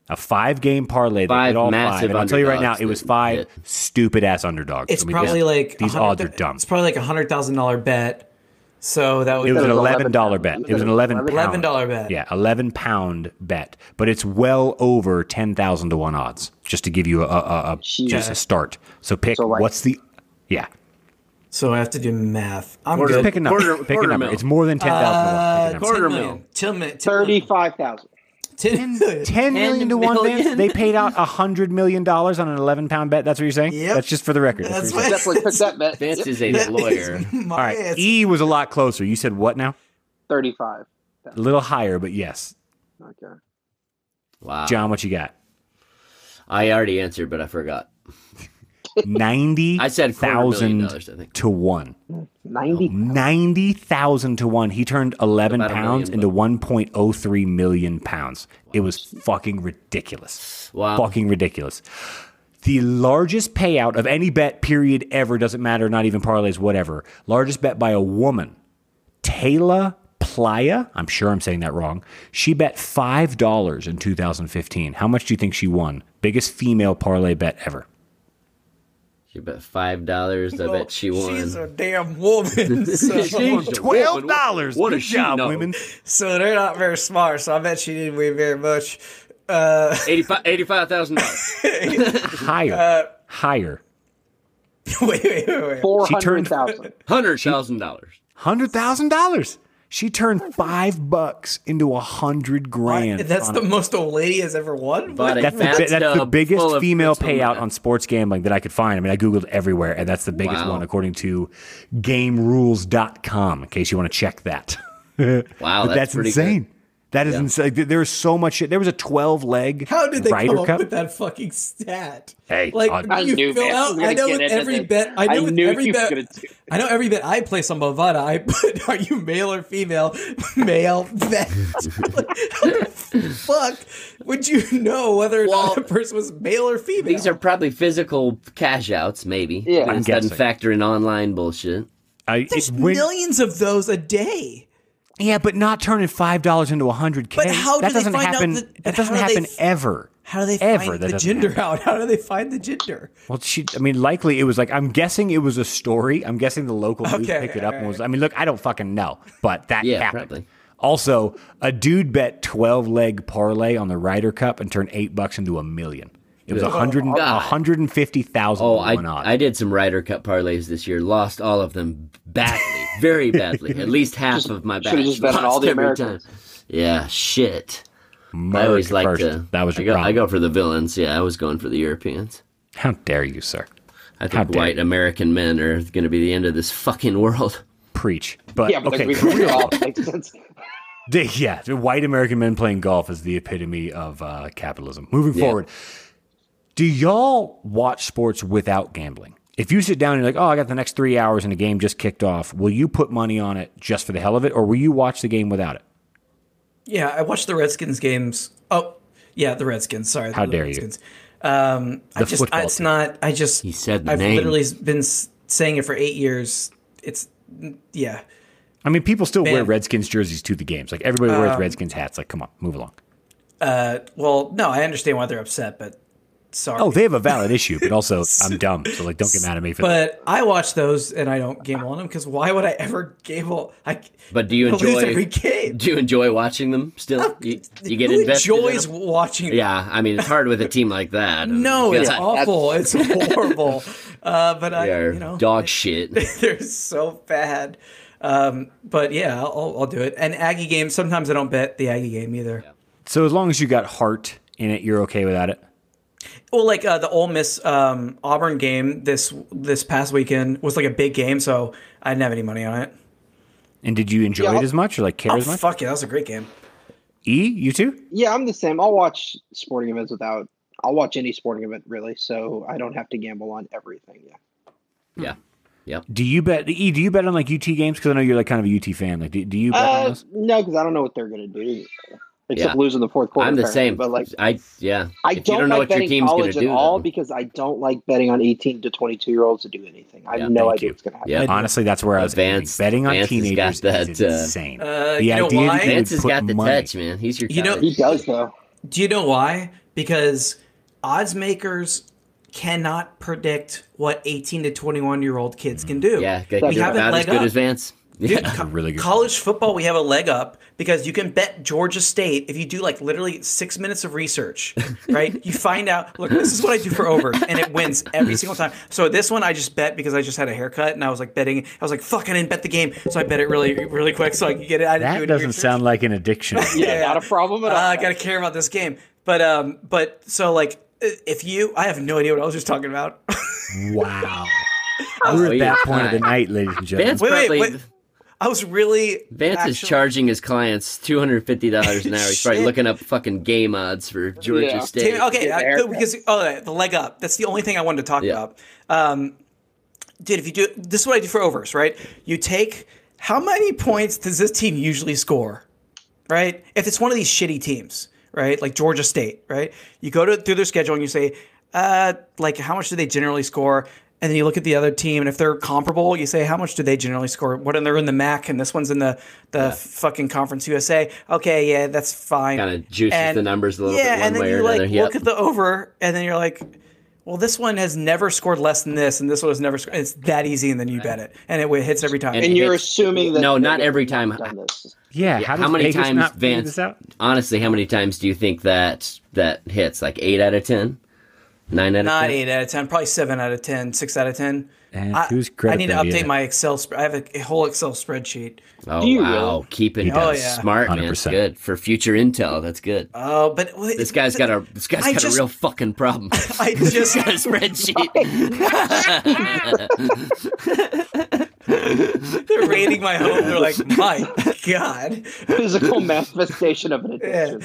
A five game parlay. They
Five
hit all five.
massive
And I'll tell you right now,
underdogs
it was
that
five
hit.
stupid ass underdogs.
It's
I mean,
probably
this-
like
these
100
odds are dumb.
It's probably like a hundred thousand dollar bet. So that would
It was an
be
was
eleven dollar
$11.
bet. It was an eleven pound.
eleven dollar bet.
Yeah, eleven pound bet. But it's well over ten thousand to one odds. Just to give you a, a, a just a
Jesus.
start. So pick
So, like-
what's the yeah.
So I have to do math. I'm
Quarter-
good.
Pick a number.
quarter-
pick
quarter
a number.
mil.
It's more than ten thousand to
Uh,
one. Pick a number.
quarter
Ten million.
mil.
Ten million.
35,000.
Ten million. (laughs)
Ten million to one.
million.
Vance? They paid out hundred million dollars on an eleven pound bet. That's what you're saying.
Yep.
That's just for the record.
That's
what you're saying.
Definitely took that bet.
Vance
Yep,
is
(laughs)
a lawyer.
My
All right.
ass.
E was a lot closer. You said what now?
35.
A little higher, but yes. Oh,
Okay.
Wow.
John, what you got?
I already answered, but I forgot.
Ninety
(laughs) I said quarter million dollars.
thousand
I think.
to one.
90.
Ninety thousand to one. He turned eleven
About a
pounds
million
into one point oh three million pounds. It was fucking ridiculous.
Wow.
Fucking ridiculous. The largest payout of any bet period ever doesn't matter. Not even parlays, whatever. Largest bet by a woman. Taylor Playa. I'm sure I'm saying that wrong. She bet five dollars in 2015. How much do you think she won? Biggest female parlay bet ever.
She bet five dollars. I bet she won.
She's a damn woman.
(laughs)
So,
She's a
Twelve
woman.
dollars.
What
Good
does she
job,
know?
women.
so they're not very smart. So I bet she didn't win very much. (laughs) Uh,
Eighty-five
(laughs)
thousand dollars.
(laughs) Higher, higher.
wait, wait, wait, wait.
400,000.
(laughs)
Hundred thousand dollars.
Hundred thousand dollars. She turned five bucks into a hundred grand.
That's
on
the
a-
most old lady has ever won.
Bought a
that's the,
fat
bi- that's the
tub full
biggest
of
female
crystal
payout
meth.
on sports gambling that I could find. I mean, I Googled everywhere, and that's the biggest
Wow.
one according to gamerules.com, in case you want to check that.
Wow,
But
that's,
that's,
pretty good.
insane. That is insane. There was so much shit. There was a 12 leg
How did they
Ryder
come up
Cup.
with that fucking stat?
Hey,
like
I-
do
I
you
knew
fill
Vance was
out.
gonna
I know
get
with
into
every
this.
bet. I know
I
with
knew
every
he was
bet.
gonna do
I know every bet I place on Bovada. I put, (laughs) are you male or female? (laughs) male bet. like, how the (laughs) fuck would you know whether or
Well,
not a person was male or female?
These are probably physical cash outs, maybe.
Yeah. I'm
It doesn't
guessing.
factor in online bullshit.
I- it
There's
went-
millions of those a day.
yeah, but not turning five dollars into a hundred k.
But how
that
do they
doesn't
find out
happen?
that-
that
but
doesn't
how do they
happen
f-
ever.
How do they
Ever,
find
that
the
doesn't
gender out? (laughs) How do they find the gender?
Well, she. I mean, likely it was like I'm guessing it was a story. I'm guessing the local news
Okay,
picked it up and
alright.
was. I mean, look, I don't fucking know, but that
Yeah,
happened.
probably.
Also, a dude bet twelve leg parlay on the Ryder Cup and turned eight bucks into a million. It was a hundred and
God.
a hundred and fifty thousand.
Oh,
to
I
one odds.
I did some Ryder Cup parlays this year. Lost all of them badly, very badly.
(laughs)
At least half of my
should've
bets.
just bet on
Lost
all the
every
Americans.
time. Yeah, shit. I
America
always like
first.
to.
That was
I
your
go,
problem.
I go for the villains. Yeah, I was going for the Europeans.
How dare you, sir?
I
How
think
dare
white American men are going to be the end of this fucking world. (laughs)
Preach. But,
Yeah, but
okay,
like, we, we all like, since-
(laughs) D- yeah, the white American men playing golf is the epitome of uh, capitalism. Moving forward, do y'all watch sports without gambling? If you sit down and you're like, oh, I got the next three hours and a game just kicked off, will you put money on it just for the hell of it, or will you watch the game without it?
Yeah, I watched the Redskins games. Oh, yeah, the Redskins. Sorry,
How
the
dare you.
Redskins. you? Um, I
The
just
football
I, it's
team.
not. I just
He said the
I've
name.
literally been s- saying it for eight years. It's yeah.
I mean, people still wear
Man. Um,
Redskins jerseys to the games. Like everybody wears Redskins hats. Like, come on, move along.
Well, no, I understand why they're upset, but sorry.
Oh, they have a valid issue, but
(laughs)
also I'm dumb, so like, don't get mad at me for that.
but I watch those and I don't gamble on them because why would I ever gamble? I
But do you
I (laughs) lose every
enjoy?
game.
Do you enjoy watching them still? You, you get
Who
invested. in
enjoys
them?
watching?
Yeah, I mean it's hard with a team like that.
No, it's
God,
awful. It's (laughs) horrible. Uh, but I,
they are
you know,
dog shit.
(laughs) they're so bad. Um, but yeah, I'll, I'll do it. And Aggie game. Sometimes I don't bet the Aggie game either.
So as long as you got heart in it, you're okay without it.
Well, like uh, the Ole Miss um, Auburn game this this past weekend was like a big game, so I didn't have any money on it.
And did you enjoy
Yeah,
it as much or like care
Oh
as much?
fuck yeah, that was a great game.
E, you too?
yeah, I'm the same. I'll watch sporting events without. I'll watch any sporting event really, so I don't have to gamble on everything. Yeah.
Yeah.
Do you bet? E, do you bet on like UT games? Because I know you're like kind of a UT fan. Like, do, do you bet on
Uh,
those?
no, because I don't know what they're gonna do, except
Yeah.
lose in the fourth quarter.
I'm the
apparently,
same.
but like
I yeah.
I
If you
don't,
don't
like
know what your
betting
team's gonna
college at
do,
all
then-
because I don't like betting on 18 to 22 year olds to do anything. I have
Yeah,
no
thank
idea
you.
what's gonna happen.
Yeah.
Honestly, that's where I was aiming.
Vance-
betting on
Vance has
teenagers.
got that,
is
uh,
insane.
Uh,
the
you know
idea
why?
that you
Vance
would
has
put
got the
money-
touch, man. He's your
You know-
guy.
He does though.
Do you know why? Because odds makers cannot predict what 18 to 21 year old kids can do.
Yeah, we
We
you're
haven't
about as
leg
good
up.
as Vance.
(laughs) Dude,
(laughs) That's a really good
college football, we have a leg up because you can bet Georgia State if you do like literally six minutes
(laughs)
of research, right? you find out, look, this is what I do for over, and it wins every single time. So this one I just bet because I just had a haircut and I was like betting. I was like, fuck, I didn't bet the game, so I bet it really, really quick so I could get it. I didn't do
That
it
doesn't sound like an
(laughs)
addiction.
Yeah, not a problem at all.
uh, I gotta care about this game, but um, but so like i- if you, I have no idea what I was just talking about. (laughs)
wow. We're at
(laughs) Oh,
that
yeah.
point of the night, ladies and gentlemen.
Vance
Wait, wait,
probably
wait. I was really
Vance is
actually-
charging his clients two hundred fifty dollars an hour. He's probably
(laughs) Shit.
looking up fucking game odds for Georgia
Yeah.
State.
Okay,
Get the
I,
haircut.
because oh, the leg up. That's the only thing I wanted to talk
Yeah.
about. Um, dude, if you do this is what I do for overs, right? You take how many points does this team usually score, right? If it's one of these shitty teams, right, like Georgia State, right? You go to through their schedule and you say, uh, like how much do they generally score? And then you look at the other team, and if they're comparable, you say, how much do they generally score? What? And they're in the MAC, and this one's in the the fucking Conference USA. Okay, yeah, that's fine
Kind of juices
And-
the numbers a little bit
yeah,
one
and then
way
you
or
like
another. Yep.
look at the over, and then you're like, well, this one has never scored less than this, and this one has never scored. It's that easy, and then you bet it, and it w- hits every time.
And
and you're
it's-
assuming that
no,
that
not
they've
every time.
done this.
yeah,
Yeah,
How,
how
does
many
Vegas
times
not figure
Vance-
this out?
Honestly, how many times do you think that that hits? Like eight out of ten? Nine out
not
of ten?
eight out of ten, probably seven out of ten, six out of ten.
And
I,
whose
I
credit
need to
that is.
update my Excel. Sp- I have a, a whole Excel spreadsheet.
Oh
Do you
wow,
really?
keeping
does.
oh,
Oh, yeah.
smart man.
100%.
Good for future intel. That's good.
Oh, but well,
This guy's got a this guy's
I
got
just-
a real fucking problem.
(laughs)
(laughs)
I just
got a spreadsheet.
they're raiding my home. They're like,
(laughs)
my god.
Physical manifestation of an addiction.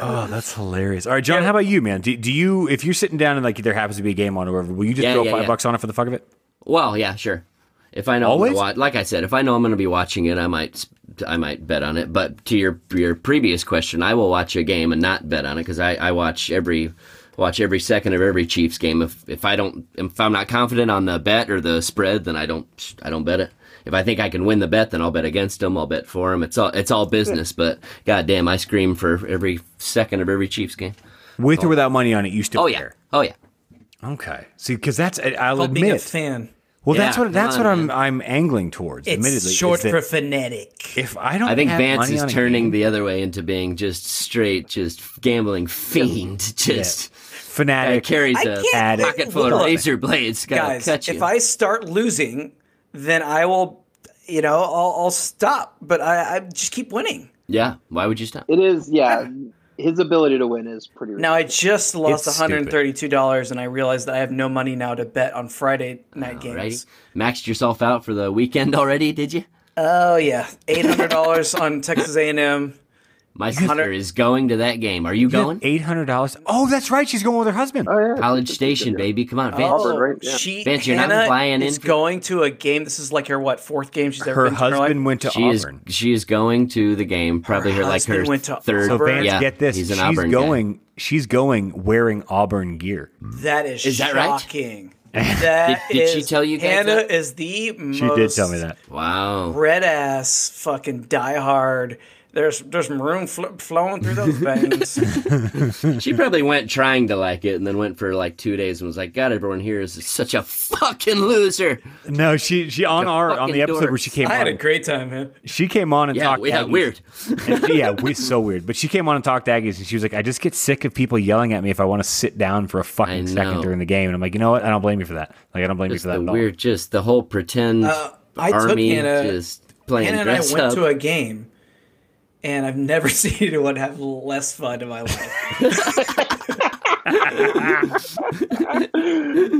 Oh, that's hilarious. All right, John, how about you, man? Do, do you, if you're sitting down and like there happens to be a game on or whatever, will you just
Yeah,
throw
yeah,
five
yeah.
bucks on it for the fuck of it?
well, yeah, sure. If I know, I'm
Always?
gonna watch, like I said, if I know I'm going to be watching it, I might s- I might bet on it. But to your your previous question, I will watch a game and not bet on it because I, I watch every watch every second of every Chiefs game. If if I don't if I'm not confident on the bet or the spread, then I don't I don't bet it. If I think I can win the bet, then I'll bet against them. I'll bet for them. It's all it's all business. But goddamn, I scream for every second of every Chiefs game.
with or without money on it, you still
Oh yeah.
care.
Oh yeah.
Okay. See, because that's I- I'll
Called being a
admit.
fan.
Well, that's
Yeah,
what that's
come
what
on,
I'm I'm angling towards. admittedly,
It's
is
short
that
for phonetic.
if I don't,
I think
have
Vance
money
is
on a
turning
game,
the other way into being just straight, just gambling fiend. Just guy
fanatic.
carries
I
a
can't
Addict.
pocket full of
look.
razor blades. Gotta
Guys,
cut you.
if I start losing, then I will, you know, I'll, I'll stop. But I, I just keep winning.
yeah. Why would you stop?
It is, yeah. His ability to win is pretty.
Now I just lost
It's stupid.
$132, and I realized that I have no money now to bet on Friday night games.
Alrighty. Maxed yourself out for the weekend already, did you?
Oh yeah, $800 on Texas A&M.
My sister
Hunter-
is going to that game. Are you going?
Eight hundred dollars. Oh, that's right. She's going with her husband.
Uh,
oh yeah,
College Station, baby. Come on, Vance.
Auburn, right? Yeah.
Oh, She
Vince, you're not
Hannah
flying
is
in for-
going to a game. This is like her what fourth game she's
her
ever been to in life?
husband went to
She is
Auburn.
she is going to the game. Probably her, like her
husband went to
third.
so
Auburn.
Vance,
yeah,
get this.
He's an
she's
Auburn guy.
going. She's going wearing Auburn gear.
That is,
Is that right? (laughs)
shocking. That
Did- did she
is-
tell you guys
Hannah
that?
is the most
She did tell me that.
Wow.
red ass fucking diehard. There's there's maroon fl- flowing through those veins.
She probably went trying to like it and then went for like two days and was like, God, everyone here is such a fucking loser.
No, she she on our on
fucking
the episode
dork.
where she came
I had
on.
a great time, man.
she came on and
Yeah,
talked.
we- yeah
Aggies.
weird.
And she- (laughs) yeah, we so weird. But she came on and talked Aggies, and she was like, "I just get sick of people yelling at me if I want to sit down for a fucking
I
second
know.
during the game." And I'm like, you know what? I don't blame you for that. Like, I don't blame
Just
you for that at
the
all.
weird, just the whole pretend
Uh, I took
army
Hannah-
just playing
Hannah and I
dress
went
up.
to a game, and I've never (laughs) seen anyone have less fun in
(laughs)
my life.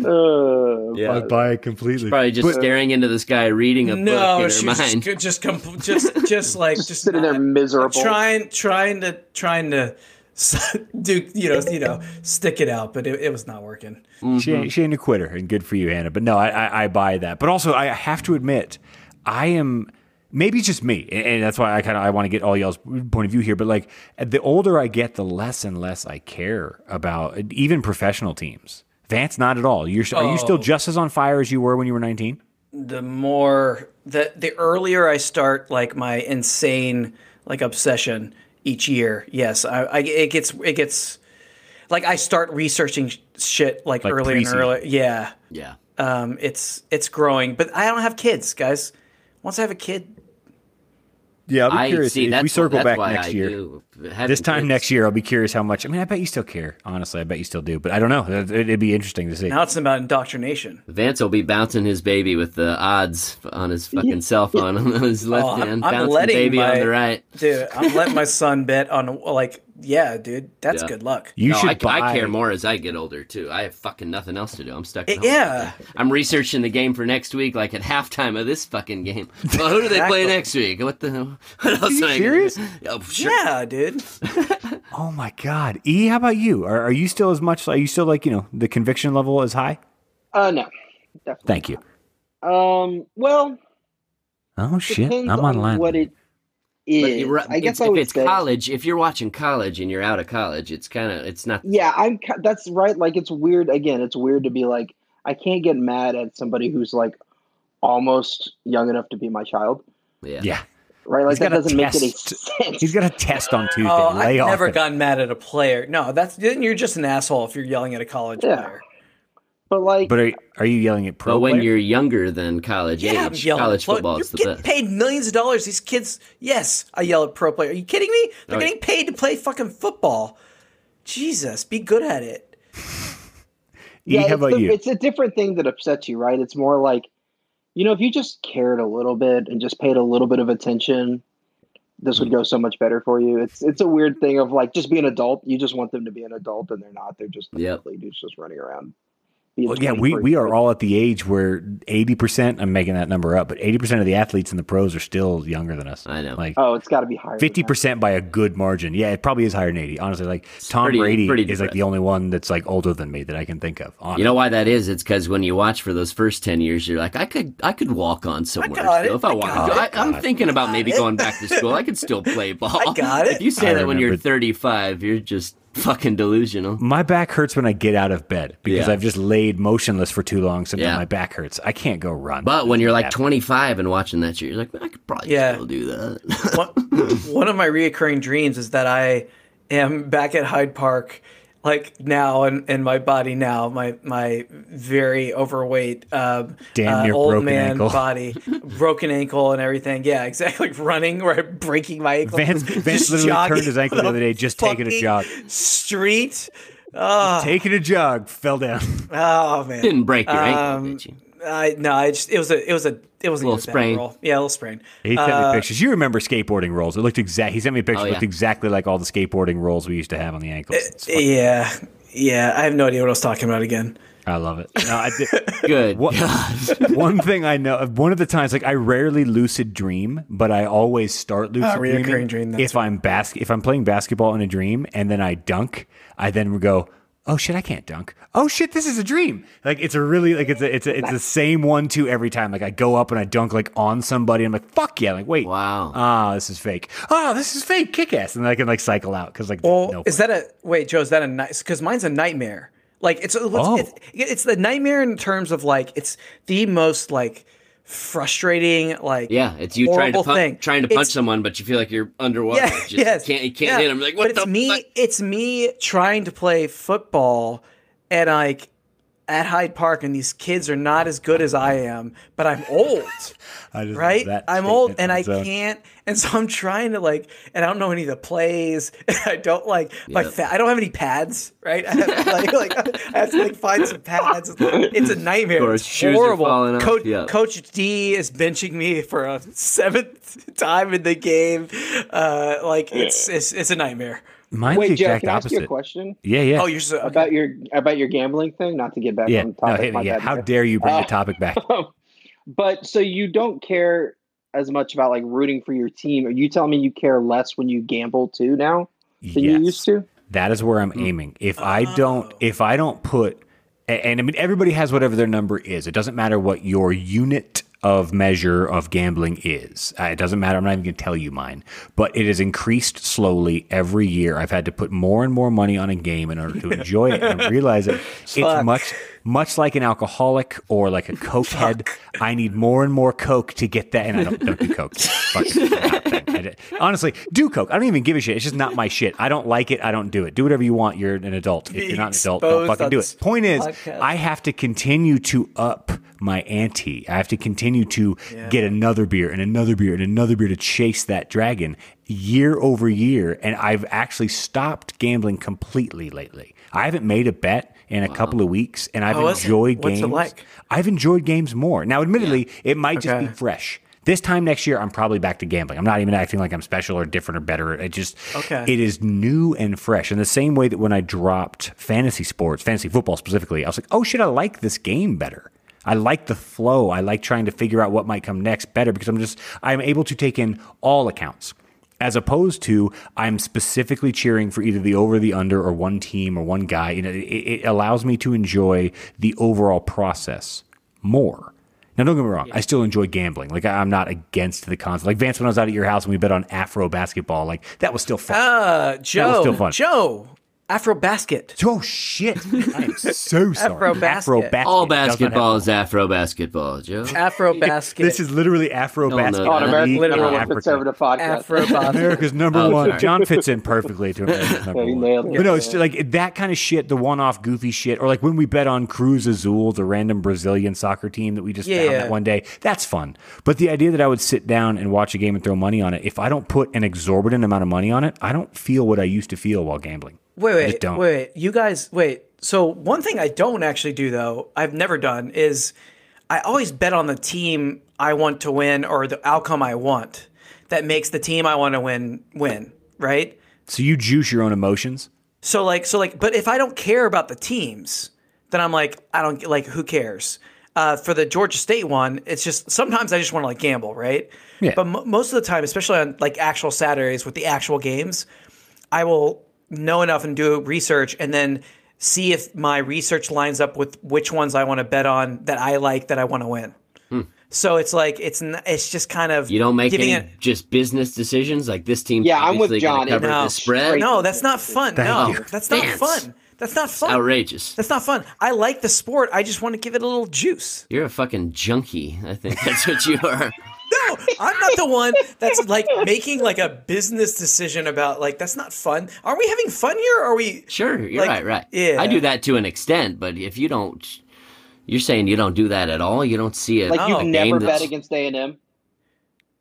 Uh,
Yeah.
but-
buy it completely.
probably just staring into the sky, reading a book
no,
in
she
her
was just
mind.
just just,
(laughs)
compl- just just like just
sitting there
not-
miserable.
trying trying to trying to (laughs) s- do you know you know stick it out but it, it was not working
She
Mm-hmm.
ain't, she ain't a quitter, and good for you, Hannah. But no, I, I, I buy that. But also, I have to admit, I am maybe it's just me, and, and that's why I kind of I want to get all y'all's point of view here. But like, the older I get, the less and less I care about even professional teams. Vance, not at all. You're
Oh.
are you still just as on fire as you were when you were 19?
the more the the earlier i start like my insane like obsession each year yes i, I it gets it gets like i start researching sh- shit like,
Like
earlier and
preseason.
earlier yeah
Yeah.
um it's it's growing but i don't have kids guys once i have a kid
Yeah, I'll be
I
curious.
see.
if
That's,
we circle
that's
back
why
next
I
year.
do.
This time next year, I'll be curious how much. I mean, I bet you still care. Honestly, I bet you still do. But I don't know. It'd, it'd be interesting to see.
now it's about indoctrination
Vance will be bouncing his baby with the odds on his fucking cell phone on his left
Oh, I'm-
hand,
I'm
bouncing
letting
baby on
my-
the right.
dude i'm letting my son (laughs) bet on like yeah dude that's
Yeah.
good luck
You
no,
should
I,
buy.
I care more as I get older too. I have fucking nothing else to do. I'm stuck. At home.
yeah
I'm researching the game for next week, like at halftime of this fucking game. Well, who do they play
Exactly.
next week? What the? (laughs) hell? What else
you
am I gonna
serious?
do? Oh, sure.
Yeah, dude.
Oh my God, E, how about you? Are, are you still as much? Are you still like you know the conviction level is high?
uh, no, definitely.
Thank you.
Um, well,
Oh shit,
depends
I'm online.
on what it
(laughs) But
is.
you're right.
I guess
if,
I would
if it's
say,
college, if you're watching college and you're out of college, it's kind of it's not.
yeah, I'm. ki- That's right. Like it's weird. Again, it's weird to be like, I can't get mad at somebody who's like almost young enough to be my child,
Yeah.
yeah,
right? Like
He's
that
got a
doesn't make any
test.
(laughs) sense.
he's got a test on Tuesday.
Oh,
Lay
I've
off.
never
it.
gotten mad at a player. No, that's then you're just an asshole if you're yelling at a college
Yeah.
player.
but like,
but are, are you yelling at pro?
But when
player?
you're younger than college
Yeah, I'm
age,
yelling.
college
Look,
football
you're
is the
getting
best.
paid millions of dollars. These kids, yes, I yell at pro player. Are you kidding me? They're
Oh, yeah.
getting paid to play fucking football. Jesus, be good at it.
E, how
it's
about
the-
you?
It's a different thing that upsets you, right? It's more like, you know, if you just cared a little bit and just paid a little bit of attention, this
Mm-hmm.
would go so much better for you. It's it's a weird thing of like just be an adult. You just want them to be an adult, and they're not. They're just
Yep.
complete dudes just running around. being
Well, yeah, we,
23.
we are all at the age where eighty percent. I'm making that number up, but eighty percent of the athletes in the pros are still younger than us.
I know.
Like
Oh, it's got to be higher. than
fifty
that.
percent by a good margin. Yeah, it probably is higher than eighty. Honestly, like Tom
pretty-
Brady
pretty
is like the
depressing.
only one that's like older than me that I can think of. Honestly.
You know why that is? It's because when you watch for those first ten years, you're like, I could, I could walk on somewhere
got
still
it.
if I
I
wanted
got
to. I,
it.
I'm thinking about maybe going back to school. I could still play ball.
(laughs) I got it.
If you say
I
that when you're
remember-
35, you're just fucking delusional.
my back hurts when I get out of bed because
Yeah.
I've just laid motionless for too long. So now
Yeah.
my back hurts. I can't go run.
But when you're like
Yeah.
25 and watching that shit, you're like, I could probably
Yeah.
still do that. (laughs)
One, one of my reoccurring dreams is that I am back at Hyde Park like now and in, my body now my my very overweight um,
Damn
uh,
near
old
broken
man
ankle. (laughs)
body broken ankle and everything yeah exactly (laughs) like running or breaking my ankle
Vance,
Just
Vance literally
jogging
turned his ankle the other day just taking a
fucking
jog.
street oh,
Taking a jog, fell
(laughs)
down.
oh man
Didn't break your
Um,
ankle, did you?
I no, I just it was a it was a it was a
Little
bad
sprain.
roll. Yeah, a little sprain.
He sent
Uh,
me pictures. You remember skateboarding rolls? It looked exact. He sent me a picture.
Oh,
It looked
yeah.
exactly like all the skateboarding rolls we used to have on the ankles. It's fu-
yeah, yeah. I have no idea what I was talking about again.
I love
(laughs)
it. No, I did-
Good.
What- (laughs)
God.
one thing I know, one of the times, like I rarely lucid dream, but I always
Oh,
start lucid
reoccurring
dreaming
dream, that's
if I'm bas- if I'm playing basketball in a dream and then I dunk, I then go, oh shit, I can't dunk. Oh shit, this is a dream. Like it's a really like it's a it's a, it's the same one too every time. Like I go up and I dunk like on somebody. And I'm like fuck yeah, like wait,
Wow.
ah this is fake. Ah this is fake, kick ass, and then I can like cycle out because like
Well,
no
is that a wait, Joe? Is that a nice? Because mine's a nightmare. Like it's, it's
Oh.
it's it's the nightmare in terms of like it's the most like frustrating like
yeah, it's you trying to
horrible
punch,
thing.
trying to punch
It's-
someone, but you feel like you're underwater.
(laughs) yeah,
Just-
yes,
you can't you can't
yeah.
hit him. Like what
but it's
the
me.
fuck?
It's me trying to play football, and like at Hyde Park, and these kids are not as good as I am, but I'm old,
I just love
right?
that
I'm old,
statement
and
on
I
its own.
can't, and so I'm trying to like, and I don't know any of the plays. (laughs) And I don't like my, fa- I don't have any pads, right? (laughs) I have, to, like, like I have to like find some pads. It's a nightmare.
Of course,
it's
shoes are
horrible.
falling off,
Coach,
yeah.
Coach D is benching me for a seventh time in the game. Uh, like it's, it's it's a nightmare.
Mine's the
Wait, Joe,
exact
can I ask you a
opposite.
question
Yeah, yeah.
Oh, you're so okay.
about your about your gambling thing? Not to get back
yeah,
on
no,
topic.
hit
my
me. Yeah,
bad,
how
Joe.
dare you bring
Uh,
the topic back?
but so you don't care as much about like rooting for your team. Are you telling me you care less when you gamble too now than (laughs) you Mm-hmm. Oh. used
Yes,
to?
that is where I'm aiming. If I don't, if I don't put, a- and I mean, everybody has whatever their number is. It doesn't matter what your unit of measure of gambling is. Uh, It doesn't matter. I'm not even going to tell you mine, but it has increased slowly every year. I've had to put more and more money on a game in order to enjoy it and realize it. It's much, much like an alcoholic or like a coke head. I need more and more coke to get that. And I don't, don't do coke. Fucking not thing. I did- Honestly, do coke. I don't even give a shit. It's just not my shit. I don't like it. I don't do it. Do whatever you want. You're an adult. If you're not an adult, don't
Exposed
fucking
on
do
this
it. Point is,
podcast.
I have to continue to up my ante. I have to continue to get another beer and another beer and another beer to chase that dragon year over year. And I've actually stopped gambling completely lately. I haven't made a bet in a couple of weeks, and I've
Oh, is it?
enjoyed
What's
games.
it like?
I've enjoyed games more. Now, admittedly, it might just
Okay.
be fresh. This time next year, I'm probably back to gambling. I'm not even acting like I'm special or different or better. It just,
Okay.
it is new and fresh. In the same way that when I dropped fantasy sports, fantasy football specifically, I was like, oh shit, I like this game better. I like the flow. I like trying to figure out what might come next better because I'm just, I'm able to take in all accounts. As opposed to, I'm specifically cheering for either the over, the under, or one team or one guy. You know, it, it allows me to enjoy the overall process more. Now, don't get me wrong. I still enjoy gambling. Like, I- I'm not against the concept. Like, Vance, when I was out at your house and we bet on Afro basketball, like, that was still fun.
Uh, Joe,
still fun.
Joe, Afro Basket.
oh, shit. I am
(laughs)
so sorry.
Afro basket.
All
does not have-
basketball is Afro basketball, Joe.
Afro
(laughs)
Basket.
This is literally Afro
No, no,
basketball.
no.
On
League
American,
in
literal
Africa.
conservative podcast.
Afro Basket.
(laughs) America's number
Oh,
one.
sorry.
John fits in perfectly to
(laughs)
America's number
Yeah, he
one.
nailed it.
But no, it's like that kind of shit, the one off goofy shit, or like when we bet on Cruz Azul, the random Brazilian soccer team that we just found
Yeah.
that one day. That's fun. But the idea that I would sit down and watch a game and throw money on it, if I don't put an exorbitant amount of money on it, I don't feel what I used to feel while gambling.
Wait,
just
wait,
don't.
wait, wait. You guys, wait. So one thing I don't actually do though, I've never done is I always bet on the team I want to win or the outcome I want that makes the team I want to win win, right?
So you juice your own emotions.
So like, so like, but if I don't care about the teams, then I'm like, I don't like, who cares? Uh, for the Georgia State one, it's just sometimes I just want to like gamble, right?
Yeah.
But mo most of the time, especially on like actual Saturdays with the actual games, I will know enough and do research and then see if my research lines up with which ones I want to bet on that I like that I want to win. So it's like it's n- it's just kind of
Hmm. You don't make
giving
any
it.
just business decisions like this team.
Yeah, I'm with John.
Cover
No.
the spread.
No, that's not fun. no,
you.
that's not
Dance.
fun. That's not fun.
Outrageous.
That's not fun. I like the sport. I just want to give it a little juice.
You're a fucking junkie. I think that's what you are. (laughs)
no, (laughs) I'm not the one that's like making like a business decision about like that's not fun. Are we having fun here? Or are we?
Sure, you're
Like,
right, right.
yeah.
I do that to an extent, but if you don't, you're saying you don't do that at all. You don't see it.
Like
Oh.
you've never bet
that's-
against A and M.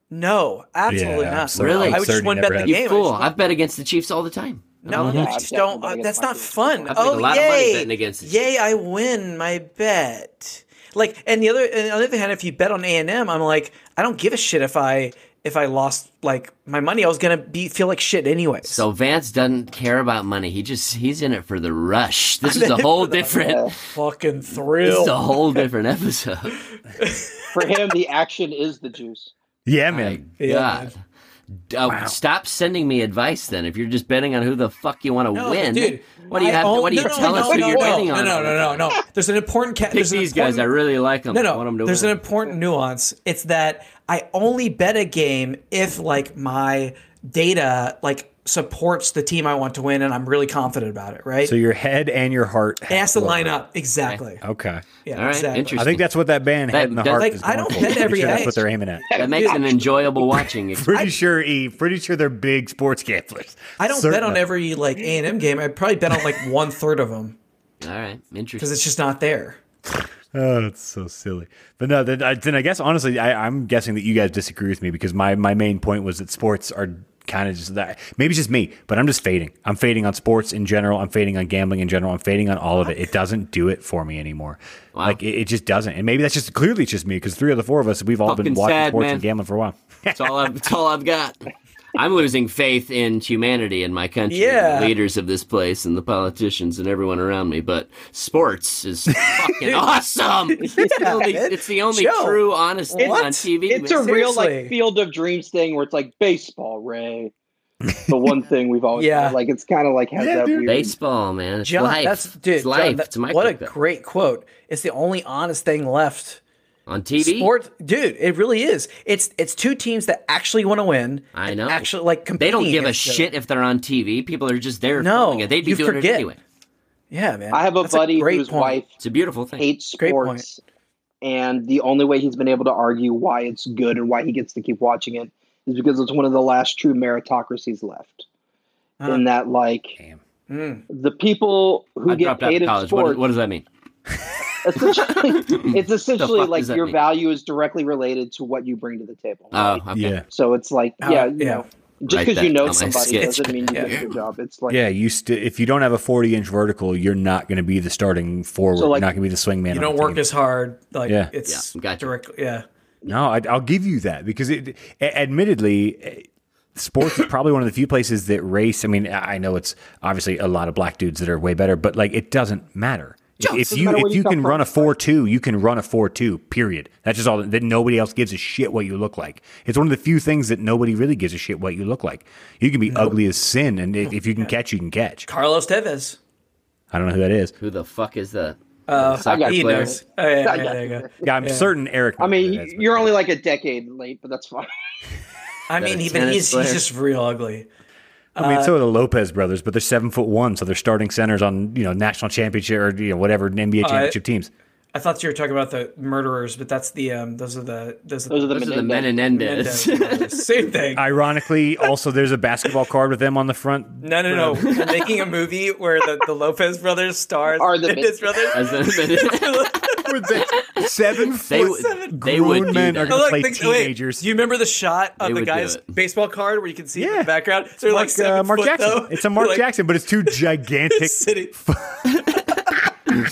No, absolutely
Yeah, I'm
not.
certain-
Really?
I would just
certain
one
he
bet
never
the
has.
game. I
Fool,
just-
I've bet against the Chiefs all the time. I
no, I
don't know.
I've
just don't.
definitely
uh,
bet
that's not
against
fun.
I've made
oh
a lot of money
yay!
betting against the
yay! I win my bet. Like, and the other, and on the other hand, if you bet on A and M, I'm like, I don't give a shit if I if I lost like my money. I was gonna be feel like shit anyway.
So Vance doesn't care about money. He just he's in it for the rush. This is a whole
Uh,
different.
fucking
This
thrill.
is a whole different episode.
(laughs) For him, the action is the juice.
Yeah,
My
man.
Yeah,
God. D- uh, Stop sending me advice then. If you're just betting on who the fuck you want to
No,
win,
dude,
what do you
I
have?
own-
what do you
no, no,
tell us
no,
who
no,
you're
no,
betting on?
No,
all the
no, no,
time?
no, no. There's an important. Ca-
Pick
there's an
these guys. I
important-
really like them.
No,
I
no.
want 'em to
there's
win.
an important nuance. It's that I only bet a game if like my data like supports the team I want to win, and I'm really confident about it. Right.
So your head and your heart.
it has to
Look.
line up exactly.
Okay.
Yeah.
All right,
exactly.
I
interesting.
think that's what that band head and the
That- that-
heart
Like,
is
I
going
don't
for.
bet
Pretty
every
sure that's
day.
what they're aiming at.
that makes an enjoyable watching.
(laughs)
ex-
Pretty sure, E. Pretty sure they're big sports gamblers.
I don't bet on
Certainly.
every like A and M game. I probably bet on like (laughs) one third of them
All right,
because
interesting.
it's just not there.
Oh, it's so silly. But no, then I, then I guess honestly, I, I'm guessing that you guys disagree with me because my my main point was that sports are kind of just that. Maybe it's just me, but I'm just fading. I'm fading on sports in general. I'm fading on gambling in general. I'm fading on all of it. It doesn't do it for me anymore. Like it, it just doesn't. And maybe that's just clearly it's just me because three of the four of us we've all been
Fucking
watching
sad,
sports
man.
and gambling for a while.
That's all I've, that's all I've got. I'm losing faith in humanity and my country,
Yeah.
and the leaders of this place, and the politicians and everyone around me. But sports
(laughs)
is fucking awesome. It's, the only,
man.
it's the only
Joe,
true, honest thing
what?
on TV.
It's
man.
a real like
seriously.
field of dreams thing where it's like baseball, Ray. The one thing we've always
Yeah.
had. like it's kind of like has
Yeah,
that
dude.
weird.
baseball, man. It's
John,
life.
that's dude.
it's life.
John, that-
it's my
what a great quote. It's the only honest thing left.
on TV.
Sport, dude, it really is. It's it's two teams that actually want to win.
I
and
know.
Actually, like
They
competing.
don't give a
against each
shit if they're on TV. People are just there.
No,
filming it. they'd be
you
doing
forget.
it anyway.
other. Yeah, man.
I have a
That's
buddy
great
whose
point.
wife
It's a beautiful thing.
hates
Great point.
sports, and the only way he's been able to argue why it's good and why he gets to keep watching it is because it's one of the last true meritocracies left.
Huh.
In that, like
Damn.
Mm.
the people who
I
get
dropped out
paid
of
in
college. What,
sports,
what does that mean? (laughs)
essentially, it's essentially
fuck
like
does that
your
mean?
value is directly related to like your value is directly related to what you bring to the table.
Oh,
right?
okay.
Yeah,
So it's like,
Uh,
yeah, you
yeah.
know, just
Write
because you
that
know
down, I
somebody
sketch.
doesn't mean you did
Yeah.
a good job. It's like,
yeah. You st- if you don't have a 40 inch vertical, you're not going to be the starting forward.
So, like,
you're not going to be the swing man.
You
on
don't
the
work
team.
as hard. Like
Yeah.
it's
Yeah, gotcha.
directly. Yeah.
No, I, I'll give you that because it, a- admittedly, eh, sports is probably one of the few places that race. I mean, I I know it's obviously a lot of black dudes that are way better, but like it doesn't matter.
Joe,
if
doesn't
you
matter where
if
you
you
come
can
from.
run a four two, you can run a four two. Period. That's just all that that nobody else gives a shit what you look like. It's one of the few things that nobody really gives a shit what you look like. You can be ugly as sin, and if, if you can catch, you can catch.
Carlos Tevez.
I don't know who that is.
Who the fuck is that?
Uh,
Soccer
got
he
player?
knows. Oh, yeah, yeah,
I got
there you go.
Yeah, I'm
Yeah.
certain Eric.
I mean,
knows who that is, but-
you're only like a decade late, but that's fine.
I mean,
a
even
tennis
he's,
player.
he's just real ugly.
I mean,
uh,
so are the Lopez brothers, but they're seven foot one, so they're starting centers on you know national championship or you know whatever NBA championship teams.
I thought you were talking about the murderers, but that's the um. Those are the those are
Those are the,
Those are the
Menendez.
Menendez. (laughs)
the same thing.
Ironically, also there's a basketball card with them on the front.
No, no, no. They're making a movie where the, the Lopez brothers stars
Are the
Menendez brothers.
As
(laughs)
a- (laughs)
With the seven
They
foot
would- they would do
grown men
that.
are
Oh,
going to play
the- wait,
teenagers.
do you remember the shot
They
of the
would do
guy's
it.
baseball card where you can see it in
Yeah.
the background? So they're like
Mark,
seven
uh, Mark
foot,
Jackson.
though.
It's a (laughs)
(laughs)
Mark
Like,
Jackson, but it's two gigantic.
City.
(laughs) yeah.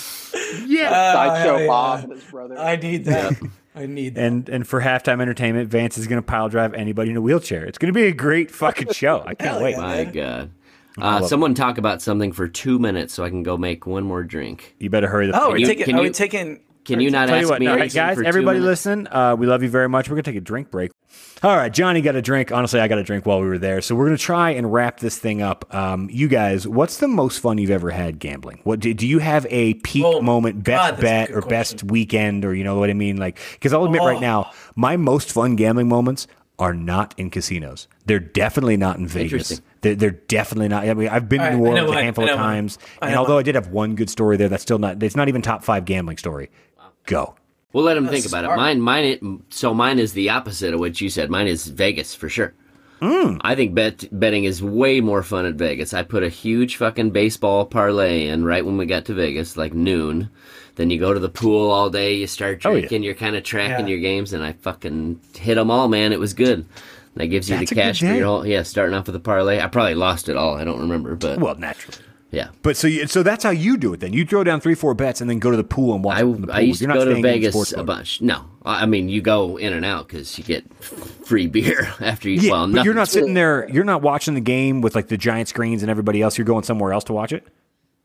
Sideshow
yeah.
Bob and his brother.
I need that. I need that.
And and for halftime entertainment, Vance is going to pile drive anybody in a wheelchair. It's going to be a great fucking show. I can't
Hell
wait.
yeah.
My God. Uh, someone talk about something for two minutes so I can go make one more drink.
You better hurry the.
oh,
fuck
we're
up.
you-
taking.
can
Are we
you-
taking?
Can you not
Tell
ask
you what,
me?
no, hey,
anything
guys,
for two
everybody
minutes?
listen. Uh, we love you very much. We're going to take a drink break. All right, Johnny got a drink. Honestly, I got a drink while we were there. So we're going to try and wrap this thing up. Um, you guys, what's the most fun you've ever had gambling? What do, do you have a peak
Oh,
moment,
God,
best
that's a
bet
good Oh.
or best weekend or you know what I mean? Like, because I'll admit right now, my most fun gambling moments are not in casinos. They're definitely not in Vegas.
Interesting.
They're, they're definitely not. I mean, I've been
All
to
right,
New
I know
Orleans a
one.
handful
I
of
know one.
times,
I
and
know
although I did have one good story there, that's still not. It's not even top five gambling story. Go.
We'll let him
That's
think about it.
smart.
Mine, mine, it, so mine is the opposite of what you said. Mine is Vegas for sure.
Hmm.
I think bet betting is way more fun at Vegas. I put a huge fucking baseball parlay in right when we got to Vegas, like noon. Then you go to the pool all day. You start
Oh, yeah.
drinking. You're kind of tracking
Yeah.
your games, and I fucking hit them all, man. It was good. That gives you
That's a
the
good
cash for
day.
your whole. Yeah, starting off with a parlay. I probably lost it all. I don't remember, but
Well, naturally.
yeah.
But so you, so that's how you do it then. You throw down three, four bets and then go to the pool and watch it
I,
from the pool.
I used to
You're not
go to
staying in the
Vegas
sports
a
book.
bunch. No, I I mean you go in and out because you get (laughs) free beer (laughs) after you.
Yeah,
well,
but you're not
nothing's-
sitting there. You're not watching the game with like the giant screens and everybody else. You're going somewhere else to watch it.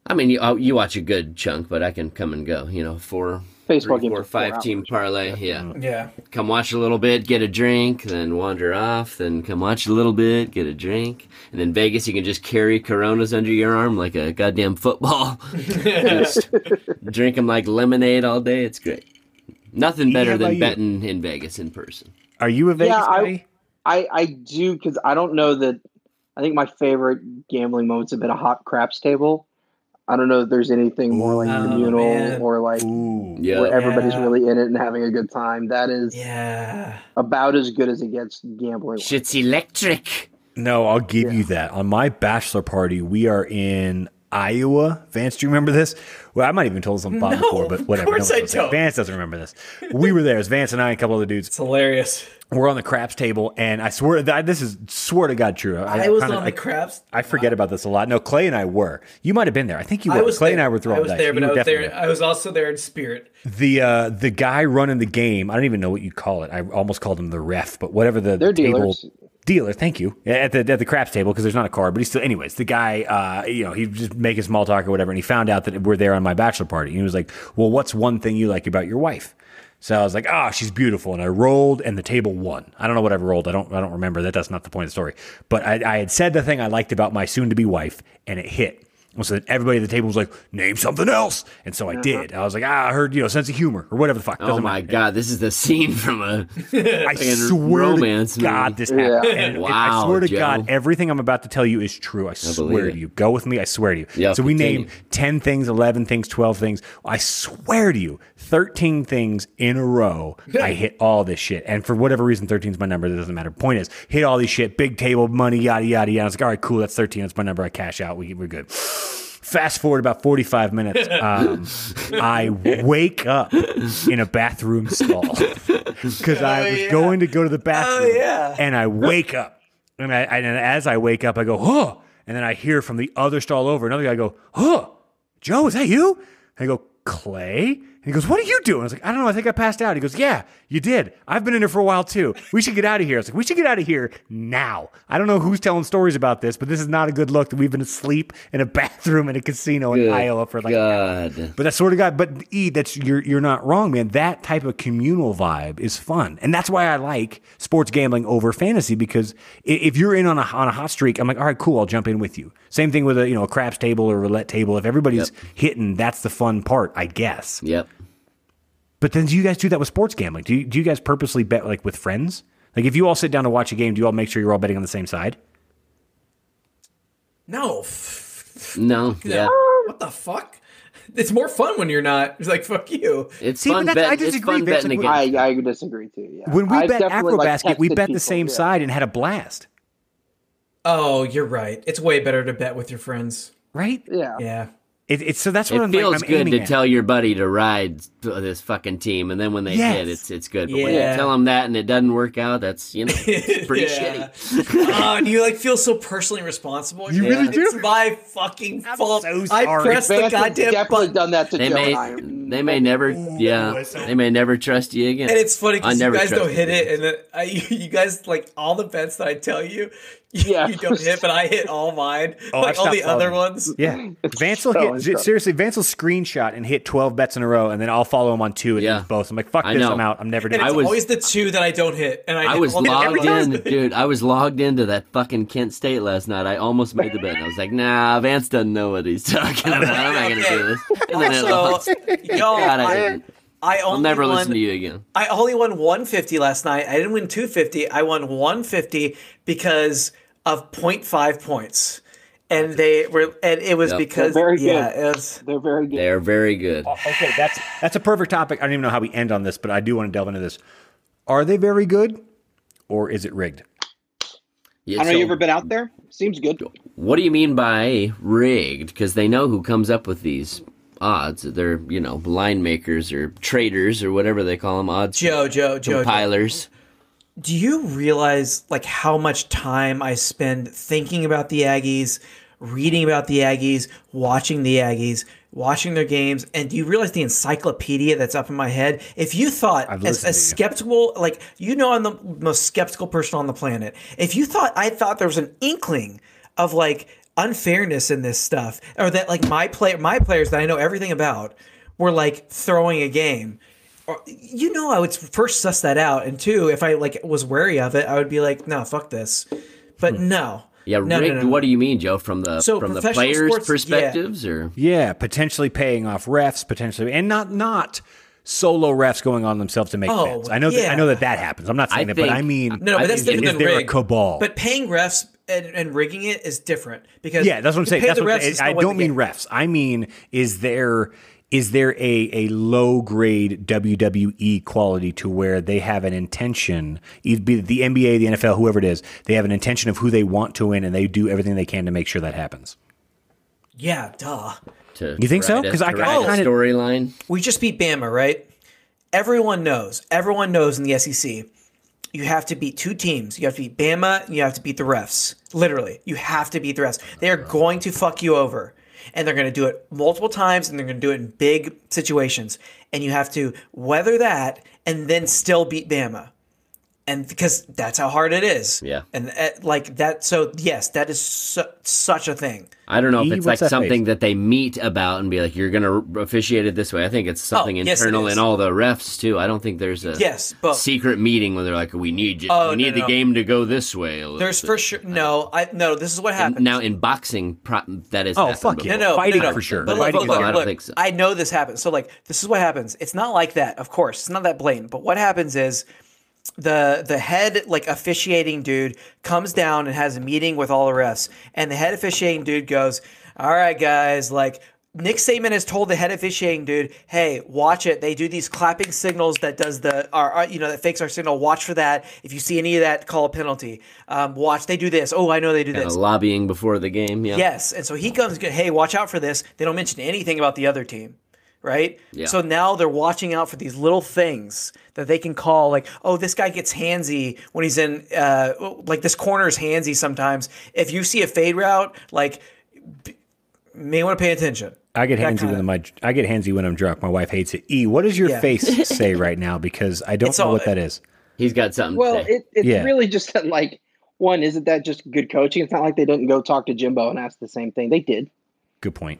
I mean, you, oh, you watch a good chunk, but I can come and go. You know, four,
Baseball
three,
games
four,
are four
five team
hours.
parlay. Yeah,
Yeah.
come watch a little bit, get a drink, then wander off, then come watch a little bit, get a drink, and then Vegas, you can just carry Coronas under your arm like a goddamn football. (laughs) just drink them like lemonade all day. It's great. Nothing better
how about
than
you?
betting in Vegas in person.
Are you a Vegas
Yeah, I-
guy?
I I do because I don't know that. I think my favorite gambling moments have been a hot craps table. I don't know if there's anything more like
Ooh.
communal
Oh, man.
or like
Ooh,
Yeah.
where everybody's
Yeah.
really in it and having a good time. That is
Yeah.
about as good as it gets gambling.
Shit's electric.
No, I'll give you that. On my bachelor party, we are in Iowa. Vance, do you remember this? Well, I might have even told this on Bob
No,
before, but
of
whatever.
course
one
I
knows that.
don't.
Vance doesn't remember this. We were there. It was Vance and I and a couple other dudes.
It's hilarious.
We're on the craps table, and I swear that this is swear to God true.
I, was
kinda-
on
I-
the craps.
I forget about this a lot. No, Clay and I were. You might have been there. I think you were.
I was
Clay and
there.
I were throwing
I was
dice.
there, but
You
I
were
was
definitely
there. I was also there in spirit.
the uh, the guy running the game. I don't even know what you call it. I almost called him the ref, but whatever the,
They're
the table
dealers.
dealer. Thank you at the at the craps table because there's not a card, but he's still. Anyways, the guy, uh, you know, he was just making small talk or whatever, and he found out that we're there on my bachelor party. And he was like, "Well, what's one thing you like about your wife?" So I was like, "Ah, she's beautiful," and I rolled, and the table won. I don't know what I rolled. I don't. I don't remember. That that's not the point of the story. But I, I had said the thing I liked about my soon-to-be wife, and it hit. And so then everybody at the table was like, name something else. And so I did. I was like, ah, I heard, you know, sense of humor or whatever the fuck.
Uh-huh. Oh
Doesn't
my
matter.
god, this is the scene from a
I
fucking
swear
romance
to God,
movie.
this happened.
Yeah.
And it- I
Wow,
swear to
Joe.
God, everything I'm about to tell you is true. I, swear
it.
to you. Go with me. I swear to you.
Yeah,
so we
continue.
named 10 things, 11 things, 12 things. I swear to you, 13 things in a row. I hit all this shit. And for whatever reason, 13 is my number. That doesn't matter. Point is, hit all these shit, big table, money, yada, yada, yada. I was like, all right, cool. That's 13. That's my number. I cash out. We, we're good. Fast forward about 45 minutes. Um, I wake up in a bathroom
(laughs)
stall (laughs) because I was going to go to the bathroom.
yeah.
And I wake up. And I and as I wake up, I go, huh. And then I hear from the other stall over, another guy go, huh, Joe, is that you? And I go, Clay? And he goes, What are you doing? I was like, I don't know. I think I passed out. He goes, Yeah, you did. I've been in here for a while too. We should get out of here. I was like, We should get out of here now. I don't know who's telling stories about this, but this is not a good look that we've been asleep in a (laughs) bathroom in a casino in
Good
Iowa for like an
god.
but that's sort of guy. But E, that's you're you're not wrong, man. That type of communal vibe is fun, and that's why I like sports gambling over fantasy because i- if you're in on a on a hot streak, I'm like, all right, cool, I'll jump in with you. Same thing with a you know a craps table or roulette table. If everybody's hitting, that's the fun part, I guess.
Yep.
But then do you guys do that with sports gambling? Do you, do you guys purposely bet like with friends? Like if you all sit down to watch a game, do you all make sure you're all betting on the same side?
No. f-
No. Yeah.
What the fuck? It's more fun when you're not. It's like fuck you.
It's
See, but
fun
that's- I
bet, it's
disagree,
fun
Vince,
betting
like,
against.
I, I disagree too. Yeah.
When we
I've
bet
definitely, like,
Acrobasket, we
texted
bet the
people,
same
yeah.
side and had a blast,
Oh, you're right. It's way better to bet with your friends.
right?
Yeah.
Yeah.
It, it's so that's what
It
I'm
feels
like, I'm
good
aiming
to
at.
tell your buddy to ride th- this fucking team, and then when they
Yes.
hit, it's it's good. But when
Yeah.
you tell them that and it doesn't work out,
(laughs)
that's you know it's pretty
(laughs) Yeah.
shitty.
oh, and you like feel so personally responsible. You
really do?
It's my fucking fault.
so
I
sorry.
pressed the
Vance has
goddamn
definitely
button.
done that to
they
Joe
may
and I.
they may never yeah they may never trust you again.
And it's funny
I
because you
never
guys don't
trust
hit
you.
it, and then I, you, you guys like all the bets that I tell you, (laughs) you,
Yeah.
you don't hit, but I hit all mine,
(laughs) Oh,
like
I've
all the
stopped
other
following.
ones. (laughs)
Yeah, Vance will
so
hit
incredible.
seriously. Vance will screenshot and hit twelve bets in a row, and then I'll follow him on two and
Yeah.
lose both. I'm like, fuck
I
this,
know.
I'm out. I'm never
And
doing.
it's
it.
I was-
always the two that I don't hit, and I,
I
(laughs) hit
was
all the other
logged in,
ones.
dude. I was logged into that fucking Kent State last night. I almost made the bet. I was like, nah, Vance doesn't know what he's talking about. I'm not gonna do
(laughs)
this. And then it lost.
Also,
(laughs)
yo,
God, I
I,
didn't.
I only
I'll never
won,
listen to you again.
I only won 150 last night. I didn't win 250. I won 150 because of 0.5 points. and they were, and it was
Yep.
because
Very good.
yeah, it was,
They're very good.
They're very good.
Okay, that's that's a perfect topic. I don't even know how we end on this, but I do want to delve into this. Are they very good, or is it rigged?
Yeah,
I don't know.
so
You ever been out there? Seems good.
what do you mean by rigged? Because they know who comes up with these odds. They're you know line makers or traders or whatever they call them. Odds
Joe, Joe, Joe, Joe.
compilers.
Do you realize like how much time I spend thinking about the Aggies, reading about the Aggies, watching the Aggies, watching their games, and do you realize the encyclopedia that's up in my head? If you thought as,
listened
as
to you.
skeptical, like you know, I'm the most skeptical person on the planet. If you thought I thought there was an inkling of like unfairness in this stuff, or that like my player, my players that I know everything about were like throwing a game or- you know i would first suss that out and two if i like was wary of it i would be like no fuck this but
Hmm.
no
Yeah,
no,
rigged.
no, no, no.
What do you mean, Joe? From the
So
from the
professional
players'
sports- yeah.
perspectives, or
Yeah, potentially paying off refs, potentially, and not not solo refs going on themselves to make
Oh,
bets. I know that I
yeah.
know that that happens. I'm not saying
I
that,
think-
but I mean,
no, no,
I
but that's
think-
different
is
than
there
rigged.
a cabal?
But paying refs and, and rigging it is different because
yeah, that's what I'm
you
saying.
pay
That's
the
what I'm
refs,
saying.
it's
I
not what
don't
they
mean
get.
refs. I mean, is there is there a a low grade WWE E quality to where they have an intention, either be it the NBA, the NFL, whoever it is, they have an intention of who they want to win, and they do everything they can to make sure that happens.
yeah, duh.
to
You think so?
write a-
'Cause I-
to write
I
a
kinda-
storyline.
We just beat Bama, right? Everyone knows. Everyone knows in the SEC, you have to beat two teams. You have to beat Bama and you have to beat the refs. Literally, you have to beat the refs. They are going to fuck you over. And they're going to do it multiple times and they're going to do it in big situations. And you have to weather that and then still beat Bama. And because that's how hard it is.
Yeah.
And uh, like that. So, yes, that is su- such a thing.
I don't know if
E,
it's like
what's that
something
face?
that they meet about and be like, "You're going to officiate it this way." I think it's something
Oh, yes, it
internal
is.
in all the refs too. I don't think there's a
Yes, both.
secret meeting where they're like, "We need you.
Oh,
we
no,
need the
no.
game to go this way." a little
There's
bit."
for sure. No, I no. This is what
And
happens.
now in boxing, pro- that is
Oh, fuck yeah.
No, no,
Fighting
no, no.
for sure.
But
Fighting
look,
is
look, look,
hard.
I
look,
don't
I,
think so.
know this happens. So like, this is what happens. It's not like that, of course. It's not that blatant. But what happens is the the head like officiating dude comes down and has a meeting with all the refs, and the head officiating dude goes, "All right, guys, like." Nick Saban has told the head officiating dude, "Hey, watch it. They do these clapping signals that does the, our, our- you know, that fakes our signal. Watch for that. If you see any of that, call a penalty. Um, watch. They do this. Oh, I know they do
Kinda
this.
Uh, lobbying before the game. Yeah.
Yes, and so he comes. Hey, watch out for this. They don't mention anything about the other team, right?
Yeah.
So now they're watching out for these little things that they can call, like, oh, this guy gets handsy when he's in, uh, like this corner's handsy sometimes. If you see a fade route, like, b- may want to pay attention.
I get
That
handsy
kinda-
when my I get handsy when I'm drunk. My wife hates it. E, what does your
Yeah. (laughs)
face say right now? Because I don't
It's
know
all-
what that is.
He's got something.
Well,
to say.
it, it's
Yeah.
really just that, like, one, isn't that just good coaching? It's not like they didn't go talk to Jimbo and ask the same thing. They did.
Good point.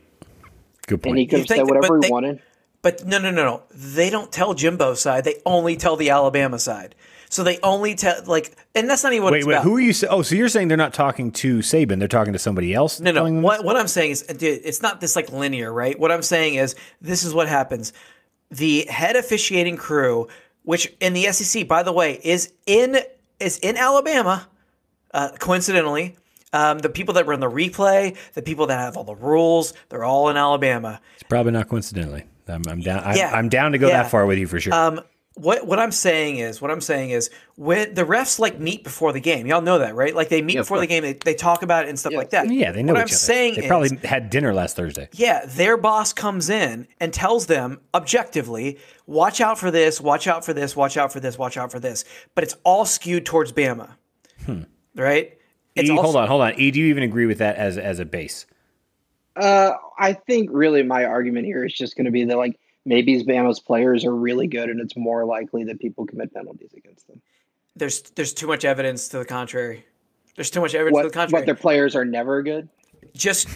Good
And he
point.
could have
think
said
that-
whatever
but
he
they-
wanted.
But no, no, no, no. They don't tell Jimbo's side. They only tell the Alabama side. So they only tell like, and that's not even what
Wait,
it's
wait.
about.
Who are you? Say- oh, so you're saying they're not talking to Saban? They're talking to somebody else?
No,
telling
no.
them
What, what I'm saying is, uh, dude, it's not this like linear, right? What I'm saying is, this is what happens. The head officiating crew, which in the SEC, by the way, is in is in Alabama, uh, coincidentally. Um, the people that run the replay, the people that have all the rules, they're all in Alabama.
Probably not coincidentally. I'm, I'm down. I'm,
Yeah.
I'm down to go
Yeah.
that far with you for sure.
Um, what what I'm saying is, what I'm saying is, when the refs like meet before the game, y'all know that, right? Like they meet
of
before the
course.
game, they, they talk about it and stuff like that.
yeah, they know
what
each other.
I'm saying
they
is-
probably had dinner last Thursday.
Yeah, their boss comes in and tells them objectively, watch out for this, watch out for this, watch out for this, watch out for this. But it's all skewed towards Bama. Right? It's
E,
all-
hold on, hold on. E, do you even agree with that as as a base?
Uh, I think really my argument here is just going to be that, like, maybe Bama's players are really good and it's more likely that people commit penalties against them.
There's there's too much evidence to the contrary. There's too much evidence to
What,
the contrary.
what their players are never good?
(laughs)
just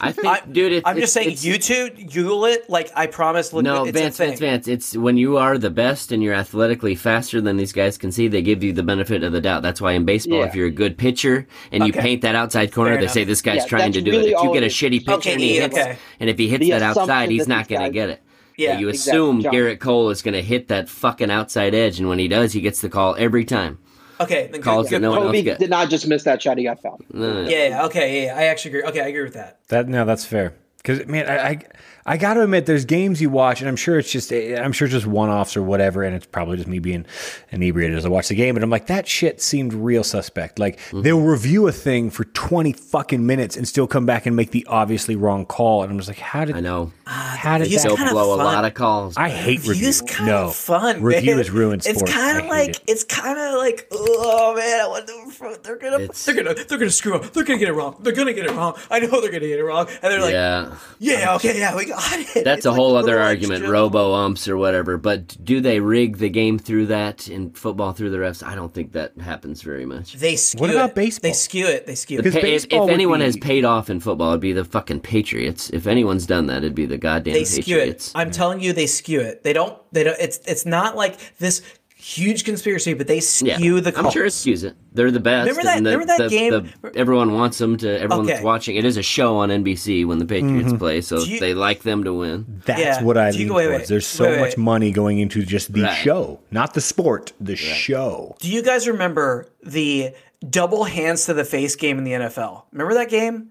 I think,
I,
dude, it,
I'm
it's-
just saying
it's-
you two Google it, like I promise look
No,
it's
Vance,
a thing.
Vance, Vance. It's when you are the best and you're athletically faster than these guys can see, they give you the benefit of the doubt. That's why in baseball,
Yeah.
if you're a good pitcher and you
Okay.
paint that outside corner,
Fair
they
enough.
say this guy's
Yeah,
trying to
that's
do
really
it. If you
all
get a
it is.
shitty pitcher
Okay,
and he
yeah,
hits,
okay.
and if he hits
The
that
assumption
outside, he's
that
not
these
going to
guys-
get it.
Yeah.
you
exactly,
assume
John.
Garrett Cole is going to hit that fucking outside edge, and when he does, he gets the call every time.
Okay, then
Calls
good.
that no one
Kobe
else got.
did not just miss that shot; he got fouled.
No, no.
Yeah, yeah, okay, yeah, yeah, I actually agree. Okay, I agree with that.
That no, that's fair. Because man, I, I I gotta admit, there's games you watch, and I'm sure it's just eh, I'm sure it's just one offs or whatever, and it's probably just me being inebriated as I watch the game. And I'm like, that shit seemed real suspect. Like
Mm-hmm.
they'll review a thing for 20 fucking minutes and still come back and make the obviously wrong call, and I'm just like, how did
I know.
how did
He's
that?
They'll
kinda
blow a
fun.
lot of calls.
I hate reviews.
Review's kind
no,
of fun.
Review
man.
is ruined sports.
It's kind
I
of
hate
like
it.
it's kind of like oh man, I wonder if they're gonna
It's-
they're gonna they're gonna screw up. They're gonna get it wrong. They're gonna get it wrong. I know they're gonna get it wrong. And they're like, yeah,
yeah.
okay, yeah, we got it.
That's
It's
a
like
whole
little
other
extra-
argument, robo umps or whatever. But do they rig the game through that and football through the refs? I don't think that happens very much.
They skew
What about
it.
baseball?
They skew it. They skew
Because
it.
Pa- if,
baseball
if
would
anyone
be-
has paid off in football, it'd be the fucking Patriots. If anyone's done that, it'd be the goddamn
They skew it.
Patriots.
I'm telling you, they skew it. They don't. They don't. It's it's not like this huge conspiracy, but they
Yeah,
skew the.
I'm sure it
calls.
skews it. They're the best.
Remember that-
and the-
remember
the-
that game-
the- everyone wants them to. Everyone that's
Okay.
watching. It is a show on NBC when the Patriots
Mm-hmm.
play, so
you-
they like them to win.
That's
Yeah.
what I
Do you-
lean
wait,
towards.
wait,
There's so
wait, wait.
much money going into just the
Right.
show, not the sport, the show.
Do you guys remember the double hands to the face game in the NFL? Remember that game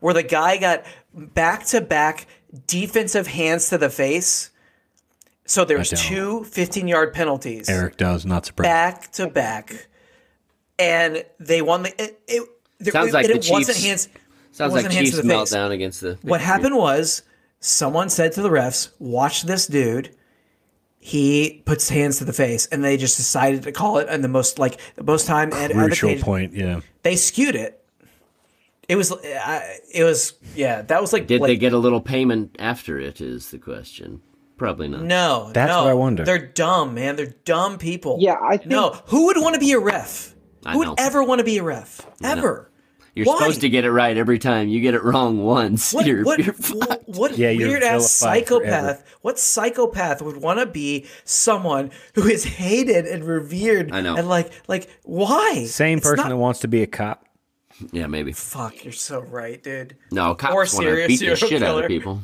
where the guy got back to back defensive hands to the face? So there's
don't.
two 15 yard penalties
Eric does not surprise.
back to back, and they won the. It, it, there-
Sounds
it-
like
it
the
wasn't
Chiefs-
hands.
Sounds
wasn't
like
hands
Chiefs
to the face.
meltdown against the.
What happened was someone said to the refs, "Watch this dude. He puts hands to the face," and they just decided to call it. And the most like the most time and
Crucial
advantage-
point, yeah.
they skewed it. It was, I it was, yeah, that was like.
Did
like,
they get a little payment after it? Is the question. Probably not.
No,
That's
no.
what I wonder.
They're dumb, man. They're dumb people.
Yeah, I think-
no. Who would want to be a ref?
I
Who
know.
would ever want to be a ref? Ever?
You're
Why?
supposed to get it right every time. You get it wrong once.
What?
you're,
what?
you're
what? what
Yeah, you're
weird ass
vilified forever.
psychopath? What psychopath would want to be someone who is hated and revered?
I know.
And like, like, why?
Same
It's
person
not-
that wants to be a cop.
Yeah, maybe.
Fuck, you're so right, dude.
No,
Or
cops want to
serious
beat the
serial
shit out
killer.
of people.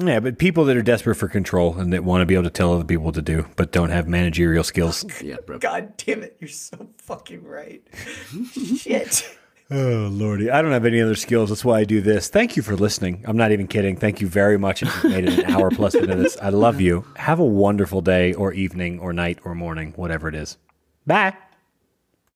Yeah, but people that are desperate for control and that want to be able to tell other people what to do, but don't have managerial skills.
Yeah, bro.
God damn it, you're so fucking right. (laughs) Shit.
Oh lordy, I don't have any other skills. That's why I do this. Thank you for listening. I'm not even kidding. Thank you very much. If you've made it an hour plus into this, I love you. Have a wonderful day, or evening, or night, or morning, whatever it is. Bye.